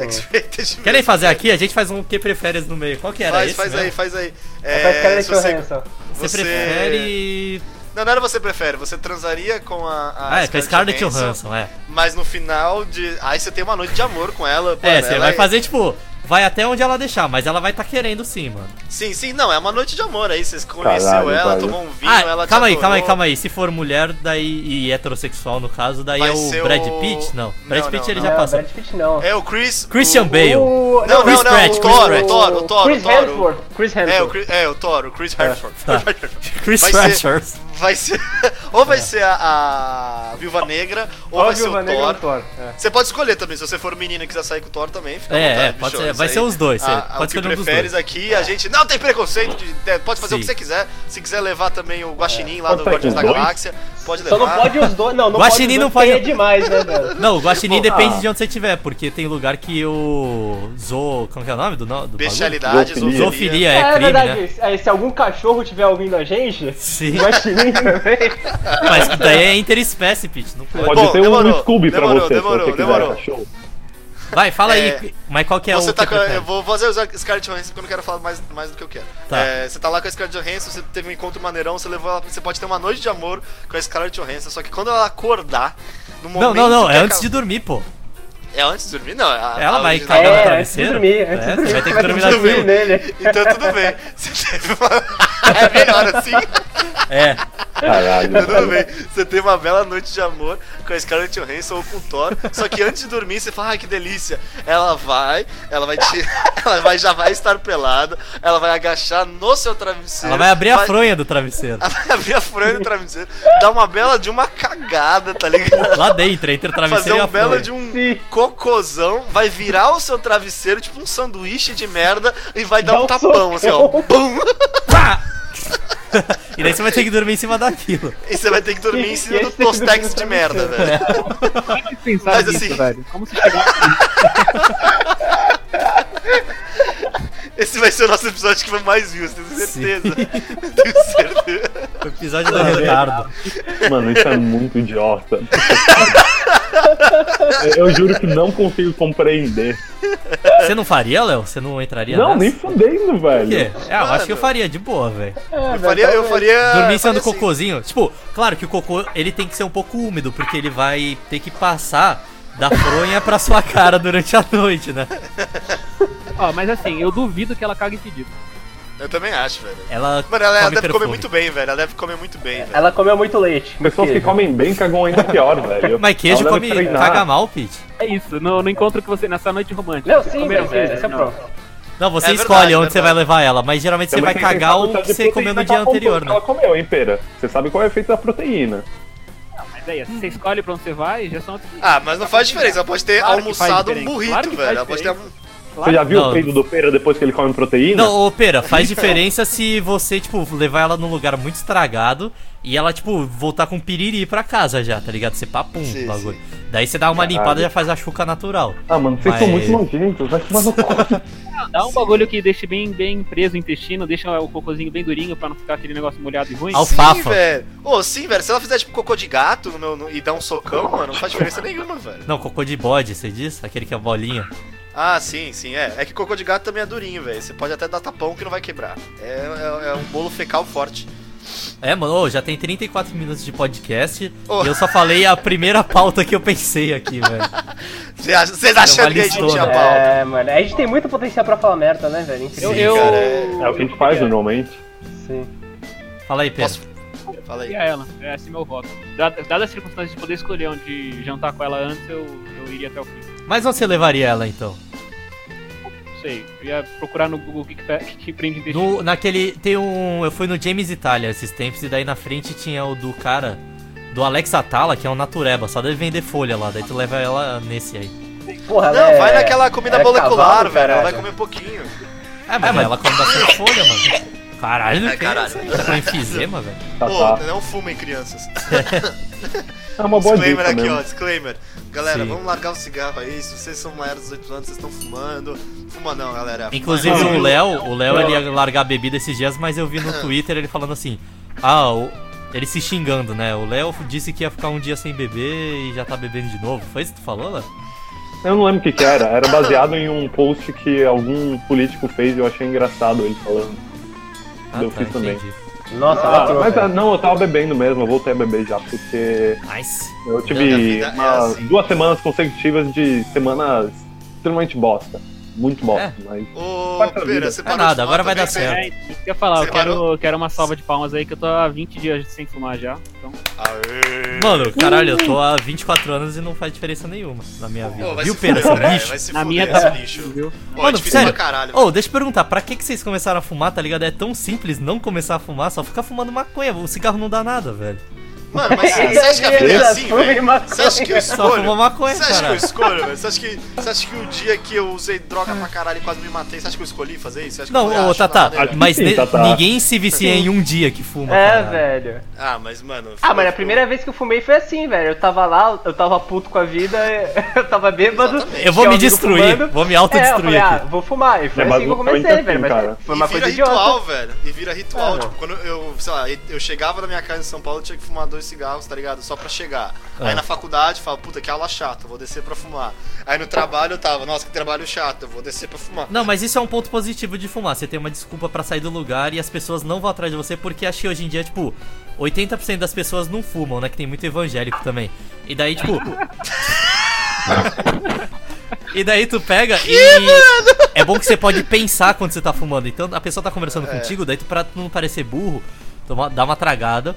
C: Expected me.
A: Querem fazer aqui? A gente faz um que prefieres no meio. Qual que era
C: Faz,
A: esse?
C: faz
A: mesmo?
C: aí, faz aí.
D: Faz cara
C: É,
D: de
C: se você,
D: Johansson.
A: Você,
C: você-
A: prefere.
C: Não, não era você prefere, você transaria com a. a
A: Ah, é, com a Scarlett
C: Johansson,
A: Johansson, é.
C: Mas no final de. Aí você tem uma noite de amor com ela.
A: É,
C: mano,
A: você
C: ela
A: vai fazer, tipo, vai até onde ela deixar, mas ela vai tá querendo sim, mano.
C: Sim, sim, não, é uma noite de amor aí. Você conheceu
B: Caralho,
C: ela,
B: velho.
C: tomou um vinho,
A: ah,
C: ela te
A: calma aí,
C: adorou.
A: calma aí, calma aí. Se for mulher, daí e heterossexual no caso, daí
C: Vai
A: é o
C: ser
A: Brad
C: o-
A: Pitt? Não,
C: Não,
A: Brad
C: não, Uh,
A: Pitt ele
D: Não,
A: já passou.
D: É, Brad Pitt não.
C: É o Chris.
A: Christian
C: o-
A: Bale.
D: O-
C: Não,
A: Chris
C: não, não,
A: Pratt, Chris
C: o Thor,
A: Pratt.
C: o Thor, o Thor,
D: Chris
C: o Thor. o-
D: Hemsworth. Chris
C: É, o,
D: Hemsworth.
C: Chris- é, o Thor, o Chris Hemsworth.
A: Chris
C: Vai ser-
A: Hemsworth.
C: [laughs] Vai ser. [laughs] Ou vai ser a, a Viúva Negra, ou vai ser o
D: Viúva Negra e
C: Thor.
D: o Thor. É.
C: Você pode escolher também, se você for menino e quiser sair com o Thor também, fica à
A: É,
C: vontade,
A: é, pode
C: bichão,
A: ser-
C: isso
A: vai
C: aí. Ah,
A: ser os dois, você
C: o
A: pode
C: que
A: escolher um dos
C: preferes
A: dois.
C: aqui, a gente não tem preconceito, de- de- pode fazer o que
A: Sim.
C: você quiser. Se quiser levar também o Guaxinim
D: É.
C: lá
B: Pode
C: do
B: sair
C: Guardiões
B: com
C: da
B: os dois?
C: Galáxia, pode levar.
D: Só não pode os dois. Não, não
A: Guaxinim
D: pode.
A: não
D: os dois, porque
A: pode-
D: É demais, né, velho?
A: Não, o Guaxinim
C: Bom,
A: depende
B: ah.
A: de onde você tiver, porque tem lugar que o Zo... Como que é o nome do, no... do bagulho?
C: Bestialidade,
B: Zoofilia.
A: Zoofilia
D: É,
A: é, crime,
D: verdade.
A: né?
D: É, se algum cachorro tiver ouvindo a gente,
A: Sim,
D: [laughs] Guaxinim também.
A: mas daí é interespécie, Pitt, não pode.
B: Pode
C: Bom,
B: ter um
C: demorou,
B: Scooby pra
C: demorou,
B: você,
C: demorou,
B: se você quiser.
C: demorou.
B: Cachorro.
A: Vai, fala aí,
C: É,
A: mas qual que é
C: você
A: o
C: tá
A: que
C: com, eu
A: prefere?
C: vou fazer usar Scarlett Johansson porque eu não quero falar mais, mais do que eu quero.
A: Tá.
C: É, você tá lá com a Scarlett Johansson, você teve um encontro maneirão, você levou ela, você pode ter uma noite de amor com a Scarlett Johansson, só que quando ela acordar, no
A: Não,
C: momento
A: não, não,
C: que
A: é
C: a-
A: antes de dormir, pô.
C: É antes de dormir? Não, a-
A: Ela
C: a
A: vai
C: original-
A: cagar no
D: É, antes de
A: travesseiro?
D: dormir, antes de
A: É,
D: dormir.
A: você vai ter que
D: Vai
A: dormir
D: ter que
A: naquilo.
D: dormir nele.
C: Então tudo bem. [laughs] Você teve uma... É melhor assim.
A: É.
C: [laughs]
B: Caralho. velho.
C: Tudo bem. Você teve uma bela noite de amor com a Scarlett Johansson ou com o Thor. Só que antes de dormir, você fala, ai que delícia. Ela vai, ela vai te. [laughs] Ela vai, já vai estar pelada, ela vai agachar no seu travesseiro.
A: Ela vai abrir a fronha do travesseiro.
C: Ela [laughs] vai abrir a fronha do travesseiro, dar uma bela de uma cagada, tá ligado?
A: Lá dentro, entre o
C: Fazer
A: travesseiro e
C: um
A: a
C: belo
A: fronha.
C: de um
D: Sim.
C: cocôzão, vai virar o seu travesseiro, tipo um sanduíche de merda, e vai dar
D: Dá
C: um
D: um
C: tapão, assim, ó.
D: socão.
C: Bum!
A: Pá! e daí você vai ter que dormir em cima daquilo. [laughs]
C: E você vai ter que dormir em cima
D: Esse
C: do
D: tem que dormir
C: Tostex
D: no
C: de merda,
D: travesseiro.
C: velho.
E: Como que pensaram
C: Mas
E: nisso,
C: assim-
E: velho? Como se chegou
C: Esse vai ser o nosso episódio que vai mais views, tenho
E: [laughs]
C: certeza. tenho certeza.
A: O episódio do
B: é.
A: retardo.
B: Mano, isso é muito idiota. Eu juro que não consigo compreender.
A: Você não faria, Léo? Você não entraria
B: Não,
A: nessa?
B: nem fudendo,
A: Por quê?
B: velho.
A: É, eu acho que eu faria, de boa, velho.
E: É,
C: Eu faria. Eu faria
A: Dormir em cima do
C: faria assim.
A: cocôzinho. Tipo, claro que o cocô, ele tem que ser um pouco úmido, porque ele vai ter que passar da fronha pra sua cara durante a noite, né?
E: Ó, mas assim, eu duvido que ela cague fedido.
C: assim. Eu também acho, velho.
A: Ela.
C: Mano, ela, ela
A: come
C: deve comer
A: perfume.
C: muito bem, velho. Ela deve comer muito bem, velho.
D: Ela comeu muito leite.
B: Pessoas que
D: Queijo.
B: comem bem cagam ainda pior, velho.
A: Mas queijo
B: Ela deve
A: come.
B: treinar.
A: caga mal, Pete.
E: É isso, no, no encontro que você. nessa noite romântica.
D: Não,
E: Vocês
D: sim,
E: comeram
D: mas é,
E: queijo?
D: essa é a
E: Não.
D: prova.
A: Não, você
C: É
A: escolhe
C: verdade,
A: onde
C: verdade.
A: você vai levar ela, mas geralmente você
B: Também
A: vai
B: tem que pensar
A: cagar
B: no
A: o
B: tanto
A: que
B: de
A: você
B: proteína
A: comeu no
B: que
A: dia
B: ela com-
A: anterior,
B: que
A: né?
B: Ela comeu, hein, pera? Você sabe qual é o efeito da proteína.
E: Mas é
D: Hum.
E: isso, você escolhe pra onde você vai, já são outros.
C: Ah, mas não faz diferença. Ela pode ter
E: Claro que faz
C: almoçado um
E: diferença,
C: burrito,
E: claro que faz
C: velho. Ela pode ter. um-
E: Claro.
B: Você já viu
A: Não.
B: o peido do pera depois que ele come proteína?
A: Não, ô Pera,
C: [laughs]
A: faz
C: Então.
A: diferença se você, tipo, levar ela num lugar muito estragado e ela, tipo, voltar com piriri pra casa já, tá ligado? Você papum
C: Sim,
A: o bagulho. Daí você dá uma limpada e já faz a chuca natural.
B: Ah, mano, vocês
A: Mas-
B: são muito nojentos. Vai tomar no cu.
E: Dá um bagulho que deixe bem, bem preso o intestino, deixa o cocôzinho bem durinho pra não ficar aquele negócio molhado e ruim.
A: Ao-
C: Sim,
A: Alfafa.
C: velho. Ô, sim, velho. Se ela fizer tipo cocô de gato no meu, no- e dar um socão, mano, não faz diferença nenhuma, velho.
A: Não, cocô de bode, você diz? Aquele que é bolinha.
C: Ah, sim, sim, é. É que cocô de gato também é durinho, velho. Você pode até dar tapão que não vai quebrar. É, é- é um bolo fecal forte.
A: É, mano, ô, já tem 34 minutos de podcast
C: Ô.
A: e eu só falei a primeira [laughs] pauta que eu pensei aqui, velho.
C: Você acha- Vocês achando que a gente
A: listou,
C: tinha
A: né?
C: pau?
D: É, mano, a gente tem muito potencial pra falar merda, né, velho?
E: Eu,
D: Incrível.
C: Sim,
E: eu,
B: [laughs]
C: cara,
B: É o que a gente faz normalmente.
D: Sim.
A: Fala aí, Pedro.
C: Posso- Fala aí.
E: a ela, é esse meu voto. Dada- Dadas as circunstâncias de poder escolher onde jantar com ela antes, eu, eu iria até o fim.
A: Mas onde você levaria ela então?
E: Não sei, eu ia procurar no Google o que, que, pe- [laughs] que, que prende intestino.
A: No, naquele. Tem um. Eu fui no James Italia esses tempos e daí na frente tinha o do cara. Do Alex Atala, que é um natureba, só deve vender folha lá, daí tu leva ela nesse aí.
D: Porra,
C: Não,
D: né,
C: vai naquela comida
D: é
C: molecular,
D: cavalo,
C: velho. Ela vai
D: caralho.
C: comer um pouquinho.
A: É, mas, ela come
C: [laughs]
A: bastante folha, mano. Caralho, não
C: É,
A: tem
C: caralho.
A: isso aí, tá com enfisema,
C: [laughs]
A: velho.
B: Tá,
C: Pô,
B: tá.
C: não fumem crianças.
B: É
D: um
B: uma boa
C: disclaimer
B: dica
C: aqui,
B: mesmo.
C: ó, disclaimer. Galera,
A: Sim.
C: vamos largar o cigarro aí. Se vocês são maiores de 18 anos, vocês estão fumando. Fuma não, galera.
A: Inclusive
E: Mas-
A: o Léo, o Léo ele ia largar a bebida esses dias, mas eu vi
C: [laughs]
A: no Twitter ele falando assim: Ah, o- ele se xingando, né? O Léo disse que ia ficar um dia sem beber e já tá bebendo de novo. Foi isso que tu falou, Léo?
B: Eu não lembro o que, que era. Era baseado em um post que algum político fez e eu achei engraçado ele falando.
A: Ah,
B: eu fiz
A: tá,
B: também.
D: Nossa,
B: Ah,
D: matou,
B: mas ah,
D: velho.
B: não, eu tava bebendo mesmo, eu voltei a beber já, porque
A: Nice.
B: eu
C: Não,
B: tive
C: minha vida é
B: uma-
C: assim.
B: duas semanas consecutivas de semanas extremamente bosta. Muito bosta, mas.
C: Ô,
B: Parte da
C: Pera,
B: vida.
C: você
A: É
C: parou
A: nada,
C: de fumar
A: agora vai
C: também,
A: dar
C: Pera?
A: certo.
E: É, isso que eu ia falar,
C: Você
E: eu quero,
C: parou?
E: quero uma salva de palmas aí que eu tô há 20 dias sem fumar já. Então,
C: Aê.
A: Mano, caralho, eu tô há 24 anos e não faz diferença nenhuma na minha vida.
C: Ô, vai
A: Viu,
C: se
A: Pera,
C: fuder,
A: seu
C: André,
A: lixo?
C: Vai se
E: na
C: fuder,
E: minha
C: seu
E: tá.
C: lixo.
E: Viu?
C: Pô, é
A: Mano,
C: difícil
A: sério.
C: pra caralho.
A: Ô, deixa eu perguntar, pra que, que vocês começaram a fumar, tá ligado? É tão simples não começar a fumar, só ficar fumando maconha. O cigarro não dá nada, velho.
C: Mano, mas você acha que a vida é assim, velho? Você acha que eu
A: Só fuma
C: escolho?
A: maconha,
C: É Você acha que eu
A: cara.
C: escolho, velho? Você acha que, você acha que o dia que eu usei droga pra caralho e quase me matei, você acha que eu escolhi fazer isso? Você acha que eu falei,
A: Não, ô,
C: ah,
A: Tata,
C: chupa madeira?
A: mas
B: Sim,
A: ne-
B: Tata.
A: ninguém se vicia em um dia que fuma,
D: É,
A: caralho.
D: velho.
C: Ah, mas, mano.
D: Ah, mas a
C: foi- tipo,
D: primeira vez que eu fumei foi assim, velho. Eu tava lá, eu tava puto com a vida, [laughs] eu tava bêbado.
C: Exatamente.
A: Eu vou
D: tinha
A: me
D: um amigo
A: destruir,
D: fumando.
A: vou me
D: É, eu
A: autodestruir
D: falei, ah,
A: aqui.
D: vou fumar. E foi
B: É, mas
D: assim que eu
B: não foi
D: comecei,
B: assim,
D: velho. Mas
B: cara.
D: foi uma
C: e vira
D: coisa
C: ritual,
D: idiota.
C: velho. E vira ritual.
D: É,
C: tipo, quando eu, sei lá, eu chegava na minha casa em São Paulo, eu tinha que fumar dois cigarros, tá ligado? Só pra chegar.
A: É.
C: Aí na faculdade, eu falo, puta, que aula chata, vou descer pra fumar. Aí no trabalho eu tava, nossa, que trabalho chato, eu vou descer pra fumar.
A: Não, mas isso é um ponto positivo de fumar. Você tem uma desculpa pra sair do lugar e as pessoas não vão atrás de você, porque acho que hoje em dia, tipo, 80% das pessoas não fumam, né? Que tem muito evangélico também. E daí, tipo. e daí tu pega e. É bom que você pode pensar quando você tá fumando. Então a pessoa tá conversando contigo, daí tu, pra tu não parecer burro, toma, dá uma tragada.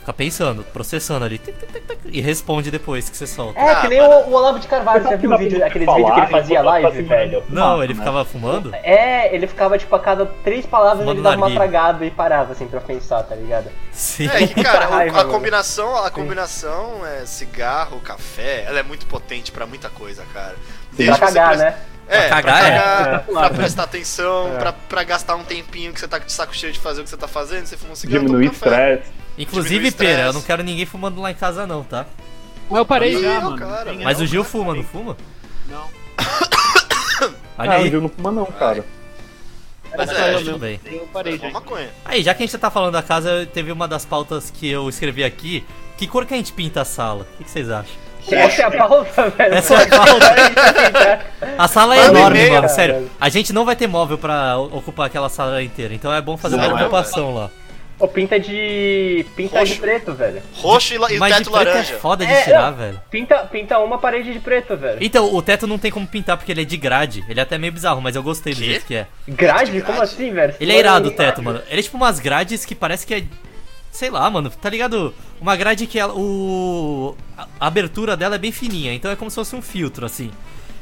A: Fica pensando, processando ali. tic, tic, tic, tic, E responde depois que você solta.
C: Ah,
D: É, que nem o, o Olavo de Carvalho, você
B: Sabe
D: viu
B: dá
D: o
B: pra
D: vídeo,
B: você
D: aqueles
B: falar
D: vídeos que ele
B: e
D: fazia
B: botar pra
D: live,
B: cima
D: velho?
B: do
A: Não,
B: mato,
A: ele
B: né?
A: ficava fumando?
D: É, ele ficava, tipo, a cada três palavras
A: Fumando
D: ele dava uma
A: narguilha.
D: tragada e parava, assim, pra pensar, tá ligado?
A: Sim.
C: É que, cara, o-
D: Raiva,
C: a
D: mano.
C: combinação, a combinação é cigarro, café, ela é muito potente pra muita coisa, cara.
D: Pra
C: você
D: cagar,
C: presta-
D: né?
C: É,
A: Pra
C: pra
A: cagar, é.
C: cagar,
D: É.
C: pra prestar atenção, pra, pra gastar um tempinho que você tá de saco cheio de fazer o que você tá fazendo, você fuma um cigarro, toma um
B: Diminuir
C: café.
B: estresse.
C: Diminui
A: Inclusive,
C: o estresse.
A: Pera, eu não quero ninguém fumando lá em casa não, tá?
E: Mas eu parei
C: Ih, é
E: já,
C: o
E: mano.
C: cara,
E: Tem-
C: velho.
A: Mas o Gil fuma, não fuma?
E: Não.
A: [coughs] Olha
B: Ah, o
A: aí.
B: Gil não fuma, não, cara.
C: Mas
E: Era
C: é,
E: só eu
C: acho
E: mesmo.
A: bem.
E: Eu parei,
C: É,
E: gente.
C: maconha.
A: Aí, já que a gente tá falando da casa, teve uma das pautas que eu escrevi aqui. Que cor que a gente pinta a sala? O que, que vocês acham?
D: Essa é a pauta, velho.
A: Essa é [laughs] a
D: pauta.
A: A sala é
C: Manda
A: enorme,
C: e-mail,
A: mano,
D: cara.
A: sério. A gente não vai ter móvel pra o- ocupar aquela sala inteira, então é bom fazer uma
C: Não, é,
A: ocupação lá.
D: Ô, pinta de. Pinta de
C: Roxo.
D: preto, velho.
C: Roxo e, la- e
A: Mas de
C: teto
A: preto
C: laranja.
A: é foda de
D: É,
A: tirar,
D: eu-
A: velho.
D: Pinta, pinta uma parede de preto, velho.
A: Então, o teto não tem como pintar porque ele é de grade. Ele é até meio bizarro, mas eu gostei do
C: Quê?
A: jeito que é.
D: Grade?
C: grade?
D: Como assim, velho?
A: Ele é irado o teto, mano. Ele é tipo umas grades que parece que é. Sei lá, mano, tá ligado? Uma grade que ela, o. A a abertura dela é bem fininha, então é como se fosse um filtro, assim.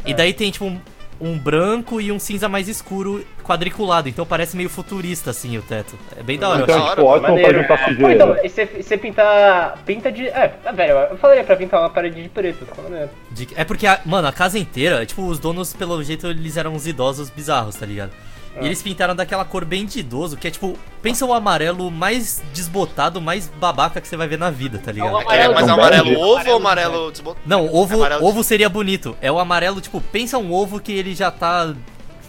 A: E daí tem, tipo, um, um branco e um cinza mais escuro quadriculado, então parece meio futurista, assim, o teto. É bem da hora. eu
B: Então,
A: acho.
B: é,
C: hora,
B: tipo, ótimo pra
D: Ah, Maneiro.
B: juntar
D: Pô, então,
B: sujeira.
D: e você você pintar. Pinta de. É, ah, velho, eu falaria pra pintar uma parede de preto. tá maneiro.
A: De- É porque, a- mano, a casa inteira, tipo, os donos, pelo jeito, eles eram uns idosos bizarros, tá ligado? E eles pintaram daquela cor bem de idoso, que é tipo, pensa o amarelo mais desbotado, mais babaca que você vai ver na vida, tá ligado?
E: o
C: É,
E: Amarelo
C: mas é
B: também.
C: amarelo ovo ou
E: Amarelo
C: amarelo desbotado?
A: Não, ovo,
C: É Amarelo.
A: ovo seria bonito. É o amarelo, tipo, pensa um ovo que ele já tá.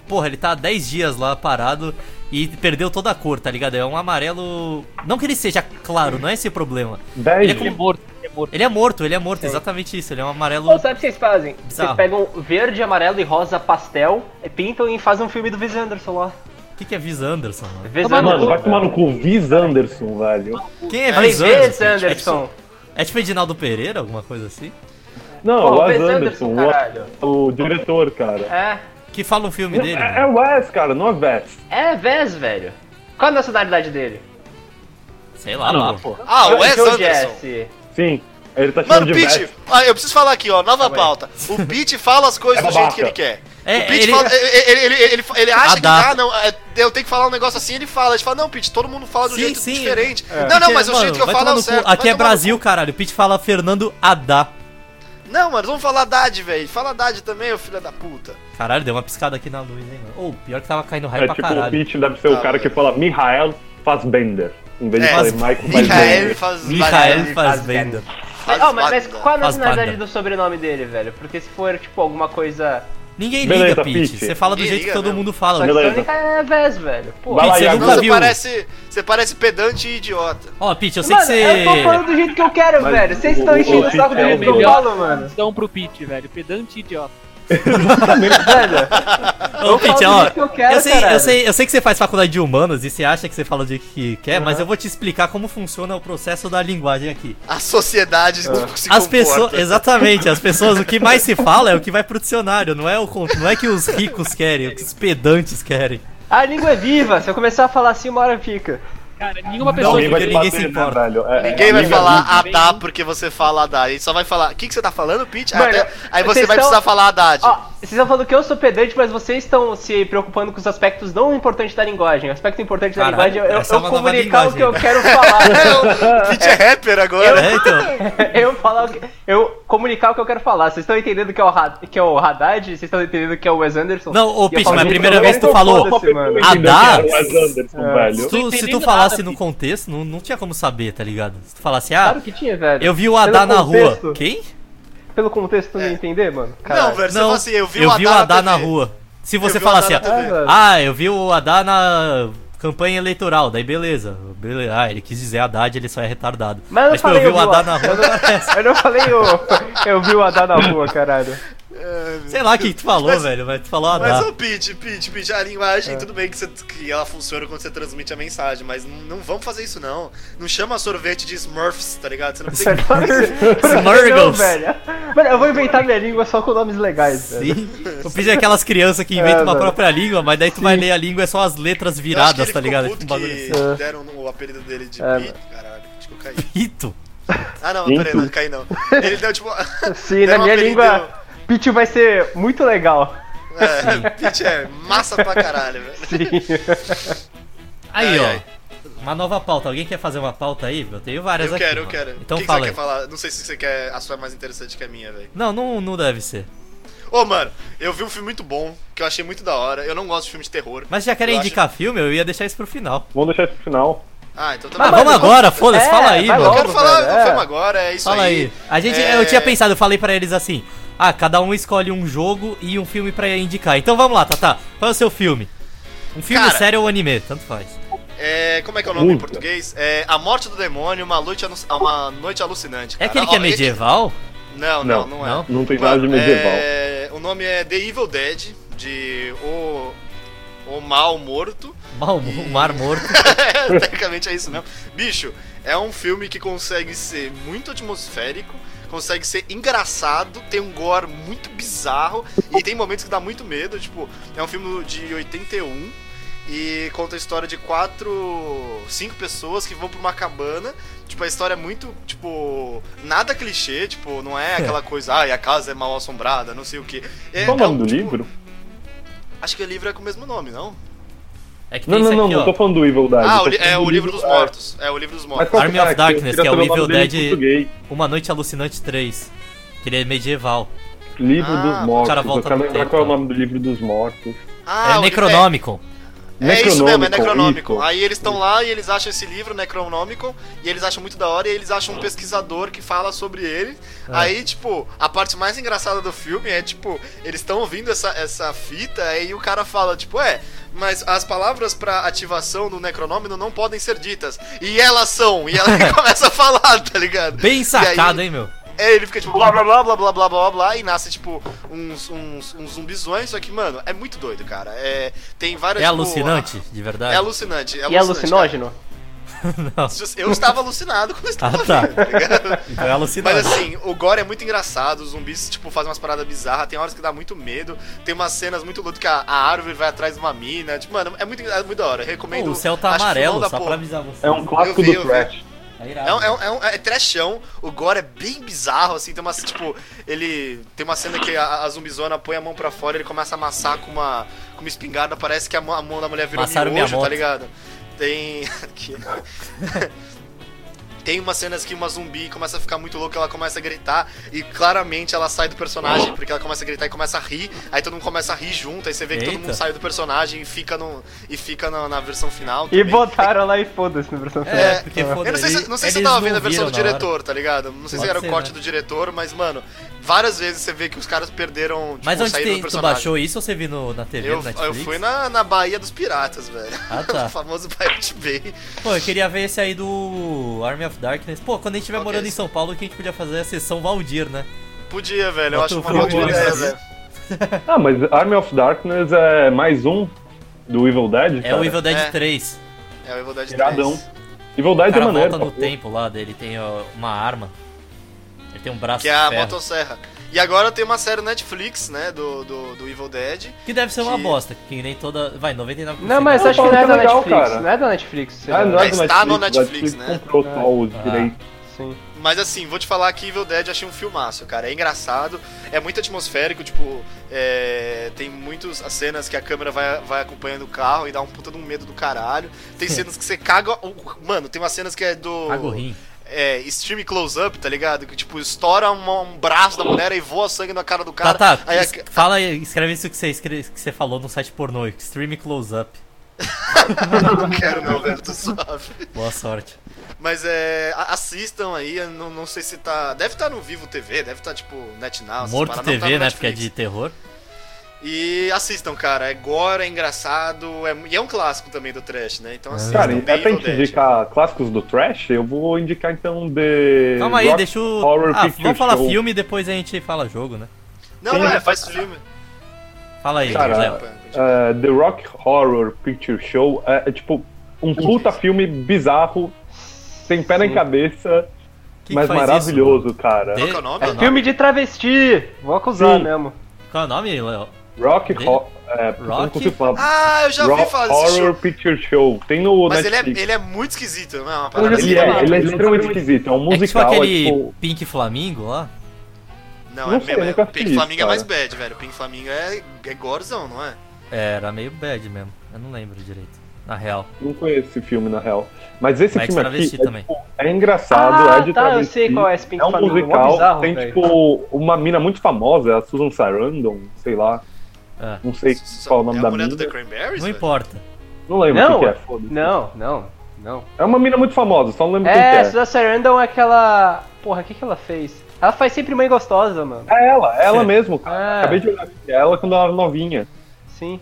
A: Porra, ele tá há 10 dias lá parado e perdeu toda a cor, tá ligado? É um amarelo. Não que ele seja claro, não é esse o problema.
B: Dez
A: Ele é
E: Ele é morto, ele é morto.
A: Ele é morto, ele é morto, exatamente isso. Ele é um amarelo.
D: Pô, sabe o que vocês fazem? Vocês
A: Bizarro.
D: pegam verde, amarelo e rosa pastel, e pintam e fazem um filme do Wes Anderson lá.
A: O que, que é Viz Anderson, mano?
D: Wes
E: Toma no
B: Mano,
D: Anderson.
B: vai tomar no cu, Viz Anderson, velho.
A: Quem é
D: Falei,
A: Viz Anderson?
D: Wes
A: gente? É
D: Anderson.
A: tipo, é tipo Edinaldo Pereira, alguma coisa assim?
B: Não,
D: Pô,
B: o Wes
D: Wes
B: Anderson,
D: Anderson, caralho.
B: o, o diretor, cara.
D: É,
A: Que fala um filme dele.
B: É, é
A: mano.
B: Wes, cara, não é Wes.
D: é Wes, velho. Qual a nacionalidade dele?
A: Sei lá,
E: não,
A: pô.
C: Ah, o Wes
D: Então,
C: Anderson.
D: Jesse.
B: Tipo, Sim, ele tá chamando
C: Mano, o
B: de
C: Pete,
B: Wes.
C: ah, eu preciso falar aqui, ó, nova pauta. O Pete fala as coisas
B: É
C: do jeito
B: babaca.
C: que ele quer.
A: É,
C: o Pete
A: ele-
C: fala, ele, ele, ele, ele acha que,
A: Adapta.
C: ah, não, é, eu tenho que falar um negócio assim, ele fala. Ele fala, não, Pete, todo mundo fala de um
A: Sim,
C: jeito
A: sim.
C: diferente. Não, não,
A: Porque,
C: mas o
A: mano,
C: jeito que eu
A: vai
C: falo é
A: tomar
C: o
A: no cu.
C: certo.
A: Aqui
C: Vai
A: é
C: tomar no
A: Brasil, caralho. O Pete fala Fernando Haddad.
C: cu. Não, mano, vamos falar Haddad, velho. Fala Haddad também, ô filho da puta.
A: Caralho, deu uma piscada aqui na luz, hein, mano. Ou pior que tava caindo raio
B: É
A: pra
B: tipo, o
A: caralho.
B: Pete deve ser
C: Ah,
B: o cara que
C: velho.
B: fala Michael Fassbender. Em vez de
C: É,
B: falar
A: Fassbender.
B: Michael
C: Michael
B: Fassbender.
C: faz.
A: Michael Fassbender.
C: faz-
D: Ah, mas, mas
C: faz-
D: qual a
A: Faz
D: nacionalidade
A: banda.
D: do sobrenome dele, velho? Porque se for, tipo, alguma coisa...
A: Ninguém
B: Beleza,
A: liga, Pete.
B: Pete.
A: Você fala do
C: Ninguém
A: jeito que
C: liga
A: todo
D: né?
C: mesmo.
A: muul mundo fala.
B: Beleza.
D: Saxônica é Wes, velho. Pô.
B: Vai lá,
A: Pete, você
B: Iago.
C: Não,
A: nunca
C: você
A: viu.
C: parece, você parece pedante e idiota.
A: Ó, Pete, eu sei
D: Mano,
A: que você.
D: eu tô falando do jeito que eu quero,
B: Mas
D: velho. Vocês
B: o-
D: estão
B: o-
D: enchendo
B: o
D: o saco do
B: Pete é
D: jeito
B: o
D: que eu
B: melhor.
D: falo, mano.
E: Então pro Pete, velho. Pedante e idiota.
A: Ô, Pete,
D: falo do
A: ó.
D: jeito que eu quero,
A: eu, sei, eu,
D: caralho.
A: sei, eu sei que você faz faculdade de humanas e você acha que você fala do jeito que quer, mas eu vou te explicar como funciona o processo da linguagem aqui.
C: A sociedade não se
A: É. As
C: comporta.
A: pessoas. Exatamente, as pessoas, o que mais se fala é o que vai pro dicionário, não é o con- não é que os ricos querem, o que os pedantes querem.
D: A língua é viva. Se eu começar a falar assim, uma hora fica.
E: Cara, nenhuma
A: Não,
E: pessoa.
A: ninguém vai- porque ninguém se importa.
B: velho? É, é,
C: Ninguém vai
B: liga-
C: falar
E: liga-
C: Adá porque você fala Haddad. Ele só vai falar, o que, que você tá falando, Pete?
D: Mano, Ah,
C: Até- aí você
D: vocês
C: vai
D: tão-
C: precisar falar Haddad.
D: Ó, vocês estão falando que eu sou pedante, mas vocês estão se preocupando com os aspectos não importantes da linguagem. O aspecto importante da
A: Caralho,
D: linguagem é eu,
A: essa é
D: eu
A: uma nova
D: comunicar o
A: linguagem.
D: que eu quero falar.
A: [laughs]
C: É,
D: [laughs]
C: o Pete é rapper agora.
A: É, então.
D: eu, falar o que- eu comunicar o que eu quero falar. Vocês estão entendendo que é o, Had- que é o Haddad? Vocês estão entendendo que é o Wes Anderson?
A: Não, ô,
D: E eu
A: Pete,
D: falo,
A: mas a
D: gente,
A: primeira
D: eu
A: vez
D: quero
A: tu
D: que eu
A: falou,
D: foda-se, mano.
A: "Ah, É, dá?"
B: Adá? Wes Anderson, velho.
A: Se tu, se tu
E: entendendo
A: falasse
E: nada,
A: no
E: Pete.
A: contexto, não, não tinha como saber, tá ligado? Se tu falasse, ah,
D: Claro que tinha, velho.
A: eu vi o
D: Pelo
A: Adá na
D: contexto-
A: rua. Quem?
D: Pelo contexto, tu não ia entender, mano? Caralho.
C: Não, velho, você
A: não,
C: fala assim, eu vi o Haddad
A: Adá
C: na
A: na
C: TV.
A: rua. Se você
C: vi o Haddad
A: falasse,
C: na
A: ah,
C: TV.
D: Ah, velho.
A: ah, eu vi o Haddad na campanha eleitoral, daí beleza. Bele- Ah, ele quis dizer Haddad, ele só é retardado.
D: Mas eu
A: tipo,
D: falei,
A: eu vi o Haddad na rua. parece.
D: Eu não falei o. Eu vi o Adá na rua, caralho.
A: [laughs] Sei lá o que que tu falou,
C: É, Mas-
A: velho, mas tu falou
C: Mas,
A: Haddad. É.
C: ô, Pete, Pete, Pete, a linguagem, tudo bem que, você- que ela funciona quando você transmite a mensagem, mas não, não vamos fazer isso, não. Não chama sorvete de Smurfs, tá ligado? Você não tem que...
D: É
B: [laughs]
D: Não,
A: Smurgles.
D: velho. Mano, eu vou inventar minha língua só com nomes legais, velho.
A: Sim. Eu fiz aquelas crianças que inventam
D: É,
A: uma
D: mano.
A: própria língua, mas daí tu vai ler a língua é só as letras
C: Eu acho que
A: viradas,
C: ele
A: tá ligado?
C: ficou
A: Tipo, um
C: puto
A: bagulho assim.
C: que deram o apelido dele de
D: É,
C: Pete, caralho. Acho que eu caí.
A: [laughs] Pito.
C: Ah, não, peraí,
B: Pinto.
C: não caí
D: [laughs]
C: não. Ele deu tipo.
D: Sim,
C: Deram
D: na
C: um
D: minha
C: apelido-
D: língua, Pichu vai ser muito legal.
C: É, Pete é massa pra caralho, velho.
A: Aí,
C: Ai,
A: ó.
C: ai.
A: Uma nova pauta. Alguém quer fazer uma pauta aí? Eu tenho várias
C: Eu
A: aqui.
C: quero, eu
A: mano.
C: quero.
A: Então
C: o que, que
A: fala
C: você
A: aí.
C: quer falar? Não sei se você quer. A sua é mais interessante que a minha, velho.
A: Não, não, não deve ser.
C: Ô, mano, eu vi um filme muito bom, que eu achei muito da hora. Eu não gosto de filme de terror.
A: Mas já querem
C: Eu acho-
A: indicar filme? Eu ia deixar isso pro final.
B: Vamos deixar isso pro final.
C: Ah, então tá
A: Ah,
C: bom.
A: vamos
D: mas-
A: agora, foda-se,
D: É,
A: fala aí,
D: vai
A: mano.
C: Eu
D: logo.
C: quero falar
D: velho,
C: do
D: é.
C: filme agora, é isso
A: Fala
C: aí.
A: aí. A gente,
C: É.
A: eu tinha pensado, eu falei pra eles assim: "Ah, cada um escolhe um jogo e um filme pra indicar". Então vamos lá, Tata. Qual é o seu filme? Um filme,
C: Cara-
A: sério ou anime, tanto faz.
C: É, como é que é o nome em
B: Puta.
C: português? É A Morte do Demônio, Uma Noite, Anu- uma noite Alucinante.
A: É
C: cara.
A: aquele
C: Ó,
A: que é medieval?
C: Não, não, não,
B: Não,
C: é.
A: não?
B: Não tem nada de
C: Mano,
B: medieval.
C: é, O nome é The Evil Dead, de O, o Mal Morto.
A: Mal, o Mar Morto.
C: [laughs]
B: [laughs]
C: Tecnicamente é isso mesmo. Bicho, é um filme que consegue ser muito atmosférico, consegue ser engraçado, tem um gore muito bizarro e tem momentos que dá muito medo. Tipo, é um filme de 81 e conta a história de quatro, cinco pessoas que vão pra uma cabana. Tipo, a história é muito, tipo, nada clichê, tipo, não é aquela coisa, ai, a casa é mal assombrada, não sei o que. É,
B: Qual o
C: é
B: nome
C: um,
B: do
C: tipo,
B: livro?
C: Acho que o livro é com o mesmo nome, não?
A: É que tem
B: Não, não,
A: isso
B: não,
A: aqui,
B: não tô
A: ó.
B: falando do Evil Dead.
C: Ah,
B: eu
C: o
B: tô
C: li- é
B: falando
C: o
B: do
C: livro dos
B: é.
C: mortos. É o livro dos mortos.
B: Mas qual
A: Army
B: cara
A: of
B: que eu
A: Darkness,
B: queria
A: que é o
B: saber nome
A: Evil
B: dele em
A: Dead-
B: português?
A: Uma Noite Alucinante 3. Que ele é medieval.
B: Livro
C: Ah,
B: dos Mortos.
A: cara volta
B: eu quero
A: no
B: lembrar
A: tempo.
B: qual é o nome do livro dos mortos.
C: Ah,
A: é
C: o li-
A: Necronomicon.
C: É isso mesmo, é Necronomicon.
B: isso.
C: Aí eles estão lá e eles acham esse livro, Necronomicon, e eles acham muito da hora, e eles acham um pesquisador que fala sobre ele. Aí, tipo, a parte mais engraçada do filme é, tipo, eles estão ouvindo essa, essa fita, aí o cara fala, tipo, é, mas as palavras pra ativação do Necronômino não podem ser ditas. E elas são, e ela [laughs] começa a falar, tá ligado?
A: Bem sacado,
C: hein?
A: hein, meu?
C: É, ele fica tipo blá blá blá blá blá blá blá blá e nasce tipo uns, uns, uns zumbizões, só que, mano, é muito doido, cara. É, tem várias.
A: É
C: tipo,
A: alucinante, de
C: É
A: verdade?
C: alucinante. É
D: E é alucinógeno?
A: Não,
C: cara. Eu estava alucinado quando eu estava
A: Ah, tá.
C: [laughs] vendo, tá
A: [laughs]
C: ligado?
A: é alucinante.
C: Mas assim, o gore é muito engraçado, os zumbis, tipo, fazem umas paradas bizarras, tem horas que dá muito medo, tem umas cenas muito loucas que a, a árvore vai atrás de uma mina, tipo, mano, é muito, é muito da hora, eu recomendo.
A: Pô, o céu tá
C: acho que
A: amarelo,
C: filão da
A: só pra
C: porra.
A: avisar você.
B: É um clássico
C: Eu vi, eu
B: do
C: vi.
B: trash.
C: É, um- é, um- é, um- é trashão, o gore é bem bizarro, assim, tem uma, tipo, ele... Tem uma cena que a, a zumbizona põe a mão pra fora, ele começa a amassar com uma, com uma espingarda, parece que a mão, a mão da mulher virou
A: Amassaram minha
C: miojo, tá
A: moto.
C: ligado? Tem... [laughs] que- Tem umas cenas que uma zumbi começa a ficar muito louca, ela começa a gritar e claramente ela sai do personagem, porque ela começa a gritar e começa a rir, aí todo mundo começa a rir junto, aí você vê que todo
A: Eita.
C: mundo sai do personagem e fica, no, e fica na, na versão final.
D: E
C: também.
D: botaram lá e foda-se no versão final.
A: É, porque foda
C: Eu não sei,
A: eles-
C: se, não sei se eu
A: eles
C: tava vendo a
A: não
C: versão do
A: viram na hora.
C: diretor, tá ligado? Não sei se
A: Pode
C: era o
A: ser,
C: corte
A: né?
C: do diretor, mas, mano, várias vezes você vê que os caras perderam, tipo,
A: Mas onde
C: saíram
A: tem,
C: do
A: tu
C: personagem.
A: baixou isso ou você viu no, na TV,
C: eu,
A: no
C: eu
A: Netflix?
C: fui na, na Bahia dos Piratas, velho.
A: Ah, tá.
C: [laughs] o famoso Pirate Bay.
A: Pô, eu queria ver esse aí do Army of Darkness. Pô, quando a gente estiver
C: Qual que
A: morando
C: é
A: em
C: esse?
A: São Paulo, o que a gente podia fazer é a sessão Valdir, né?
C: Podia, velho. Eu
A: Bota o
C: acho uma ótima
A: futebol
C: ideia,
A: ali.
C: velho.
B: Ah, mas Army of Darkness é mais um do Evil Dead?
A: É o
B: cara.
A: Evil Dead
C: É.
A: 3.
C: É o Evil Dead 3.
B: Iradão. Evil Dead
A: O
B: é
A: cara
B: maneiro.
A: volta no
B: pô.
A: tempo lá dele, tem ó, uma arma. Ele tem um braço
C: Que é a
A: de ferro.
C: motosserra. E agora tem uma série Netflix, né, do, do, do Evil Dead.
A: Que deve ser uma
C: que-
A: bosta, que nem toda... Vai, 99%.
D: Não, mas
B: Não,
D: acho que não é da
B: tá legal,
D: Netflix.
B: cara.
D: Não é da Netflix.
B: Ah, não é do
C: Mas tá no
B: o
C: Netflix, né?
B: comprou só os
A: Ah.
B: direitos.
D: Sim.
C: Mas assim, vou te falar que Evil Dead eu achei um filmaço, cara. É engraçado, é muito atmosférico, tipo, é, tem muitas as cenas que a câmera vai, vai acompanhando o carro e dá um puta de um medo do caralho. Tem cenas que você caga. o- Mano, tem umas cenas que é do.
A: Agurrim.
C: É, stream close-up, tá ligado? Que tipo, estoura uma- um braço da mulher e voa sangue na cara do cara.
A: Tá, tá.
C: Aí [laughs] a-
A: es- Fala, aí, escreve isso que você, escre- que você falou no site pornô. Extreme Close Up.
C: não quero não, velho, tô suave.
A: Boa sorte.
C: Mas é. a- Assistam aí, eu não, não sei se tá. Deve estar no Vivo TV, deve estar tipo NetNow. essas
A: Morto
C: paradas, não tá
A: TV,
C: no
A: né? Porque é
C: Netflix.
A: de terror.
C: E assistam, cara. É gore, é engraçado. É... E é um clássico também do trash, né? Então assistam.
B: Cara, é
C: bem
B: pra
C: Evil
B: gente
C: Dead.
B: indicar clássicos do trash, eu vou indicar então The.
A: Calma aí,
B: Rock
A: deixa o.
B: Horror
A: Ah,
B: Picture
A: vamos falar
B: Show.
A: filme e depois a gente fala jogo, né?
C: Não,
B: Sim.
C: não,
B: [laughs]
C: é, faz filme.
A: Fala aí,
B: Cara,
A: Léo.
B: É, The Rock Horror Picture Show é, é, tipo um
A: é
B: puta filme bizarro, sem pé nem
D: Sim.
B: cabeça,
A: Que
B: mas
A: faz isso,
B: maravilhoso, cara.
A: De-
C: Qual que é o nome?
D: É filme de travesti. Vou acusar
B: Sim.
D: mesmo.
A: mano? Qual é o nome, Léo?
B: Rock
A: De-
B: Horror. É, eu não
A: Rock?
B: consigo falar.
C: Ah, eu já
B: Rock
C: ouvi falar desse
B: Horror
C: show.
B: Picture Show. Tem no
C: Mas ele é,
B: Netflix.
C: ele é muito esquisito, não é uma
B: Ele
C: parada
B: é, ele é,
C: assim?
B: extremamente esquisito. É um
A: É que tipo
B: musical. é,
A: aquele
B: tipo,
A: Pink Flamingo lá?
C: Não,
B: Não
C: é
B: sei,
C: mesmo.
B: nunca
C: É,
B: fiz
C: Pink
B: isso,
C: Flamingo é mais
B: cara.
C: bad, velho. Pink Flamingo é, é gorzão, não é?
A: É, era meio bad mesmo. Eu não lembro direito. Na real.
B: Não conheço esse filme, na real. Mas esse
A: Mas
B: filme aqui
A: travesti
B: é,
A: também.
B: tipo, é engraçado, é de
D: tá, eu
B: travesti,
D: sei qual é esse Pink
B: É um
D: Flamingo, mó
B: musical,
D: bizarro,
B: tem
D: velho.
B: tipo uma mina muito famosa, a Susan Sarandon, sei lá.
A: É.
B: Não sei
C: Isso-
B: qual o nome
C: é
B: da
C: a mulher
B: mina.
C: do The Cranberries?
A: Não
C: velho?
A: importa.
B: Não lembro o
D: Não,
B: que, que é, foda-se.
D: Não, não, não.
B: É uma mina muito famosa, só não lembro quem
D: É,
B: que é.
D: Susan Sarandon é aquela. Porra, o que, que ela fez? Ela faz sempre mãe gostosa, mano.
B: É ela, é ela mesmo,
A: Ah,
B: cara.
D: É.
B: Acabei de olhar aqui, é ela quando ela era novinha.
A: [laughs]
D: Sim.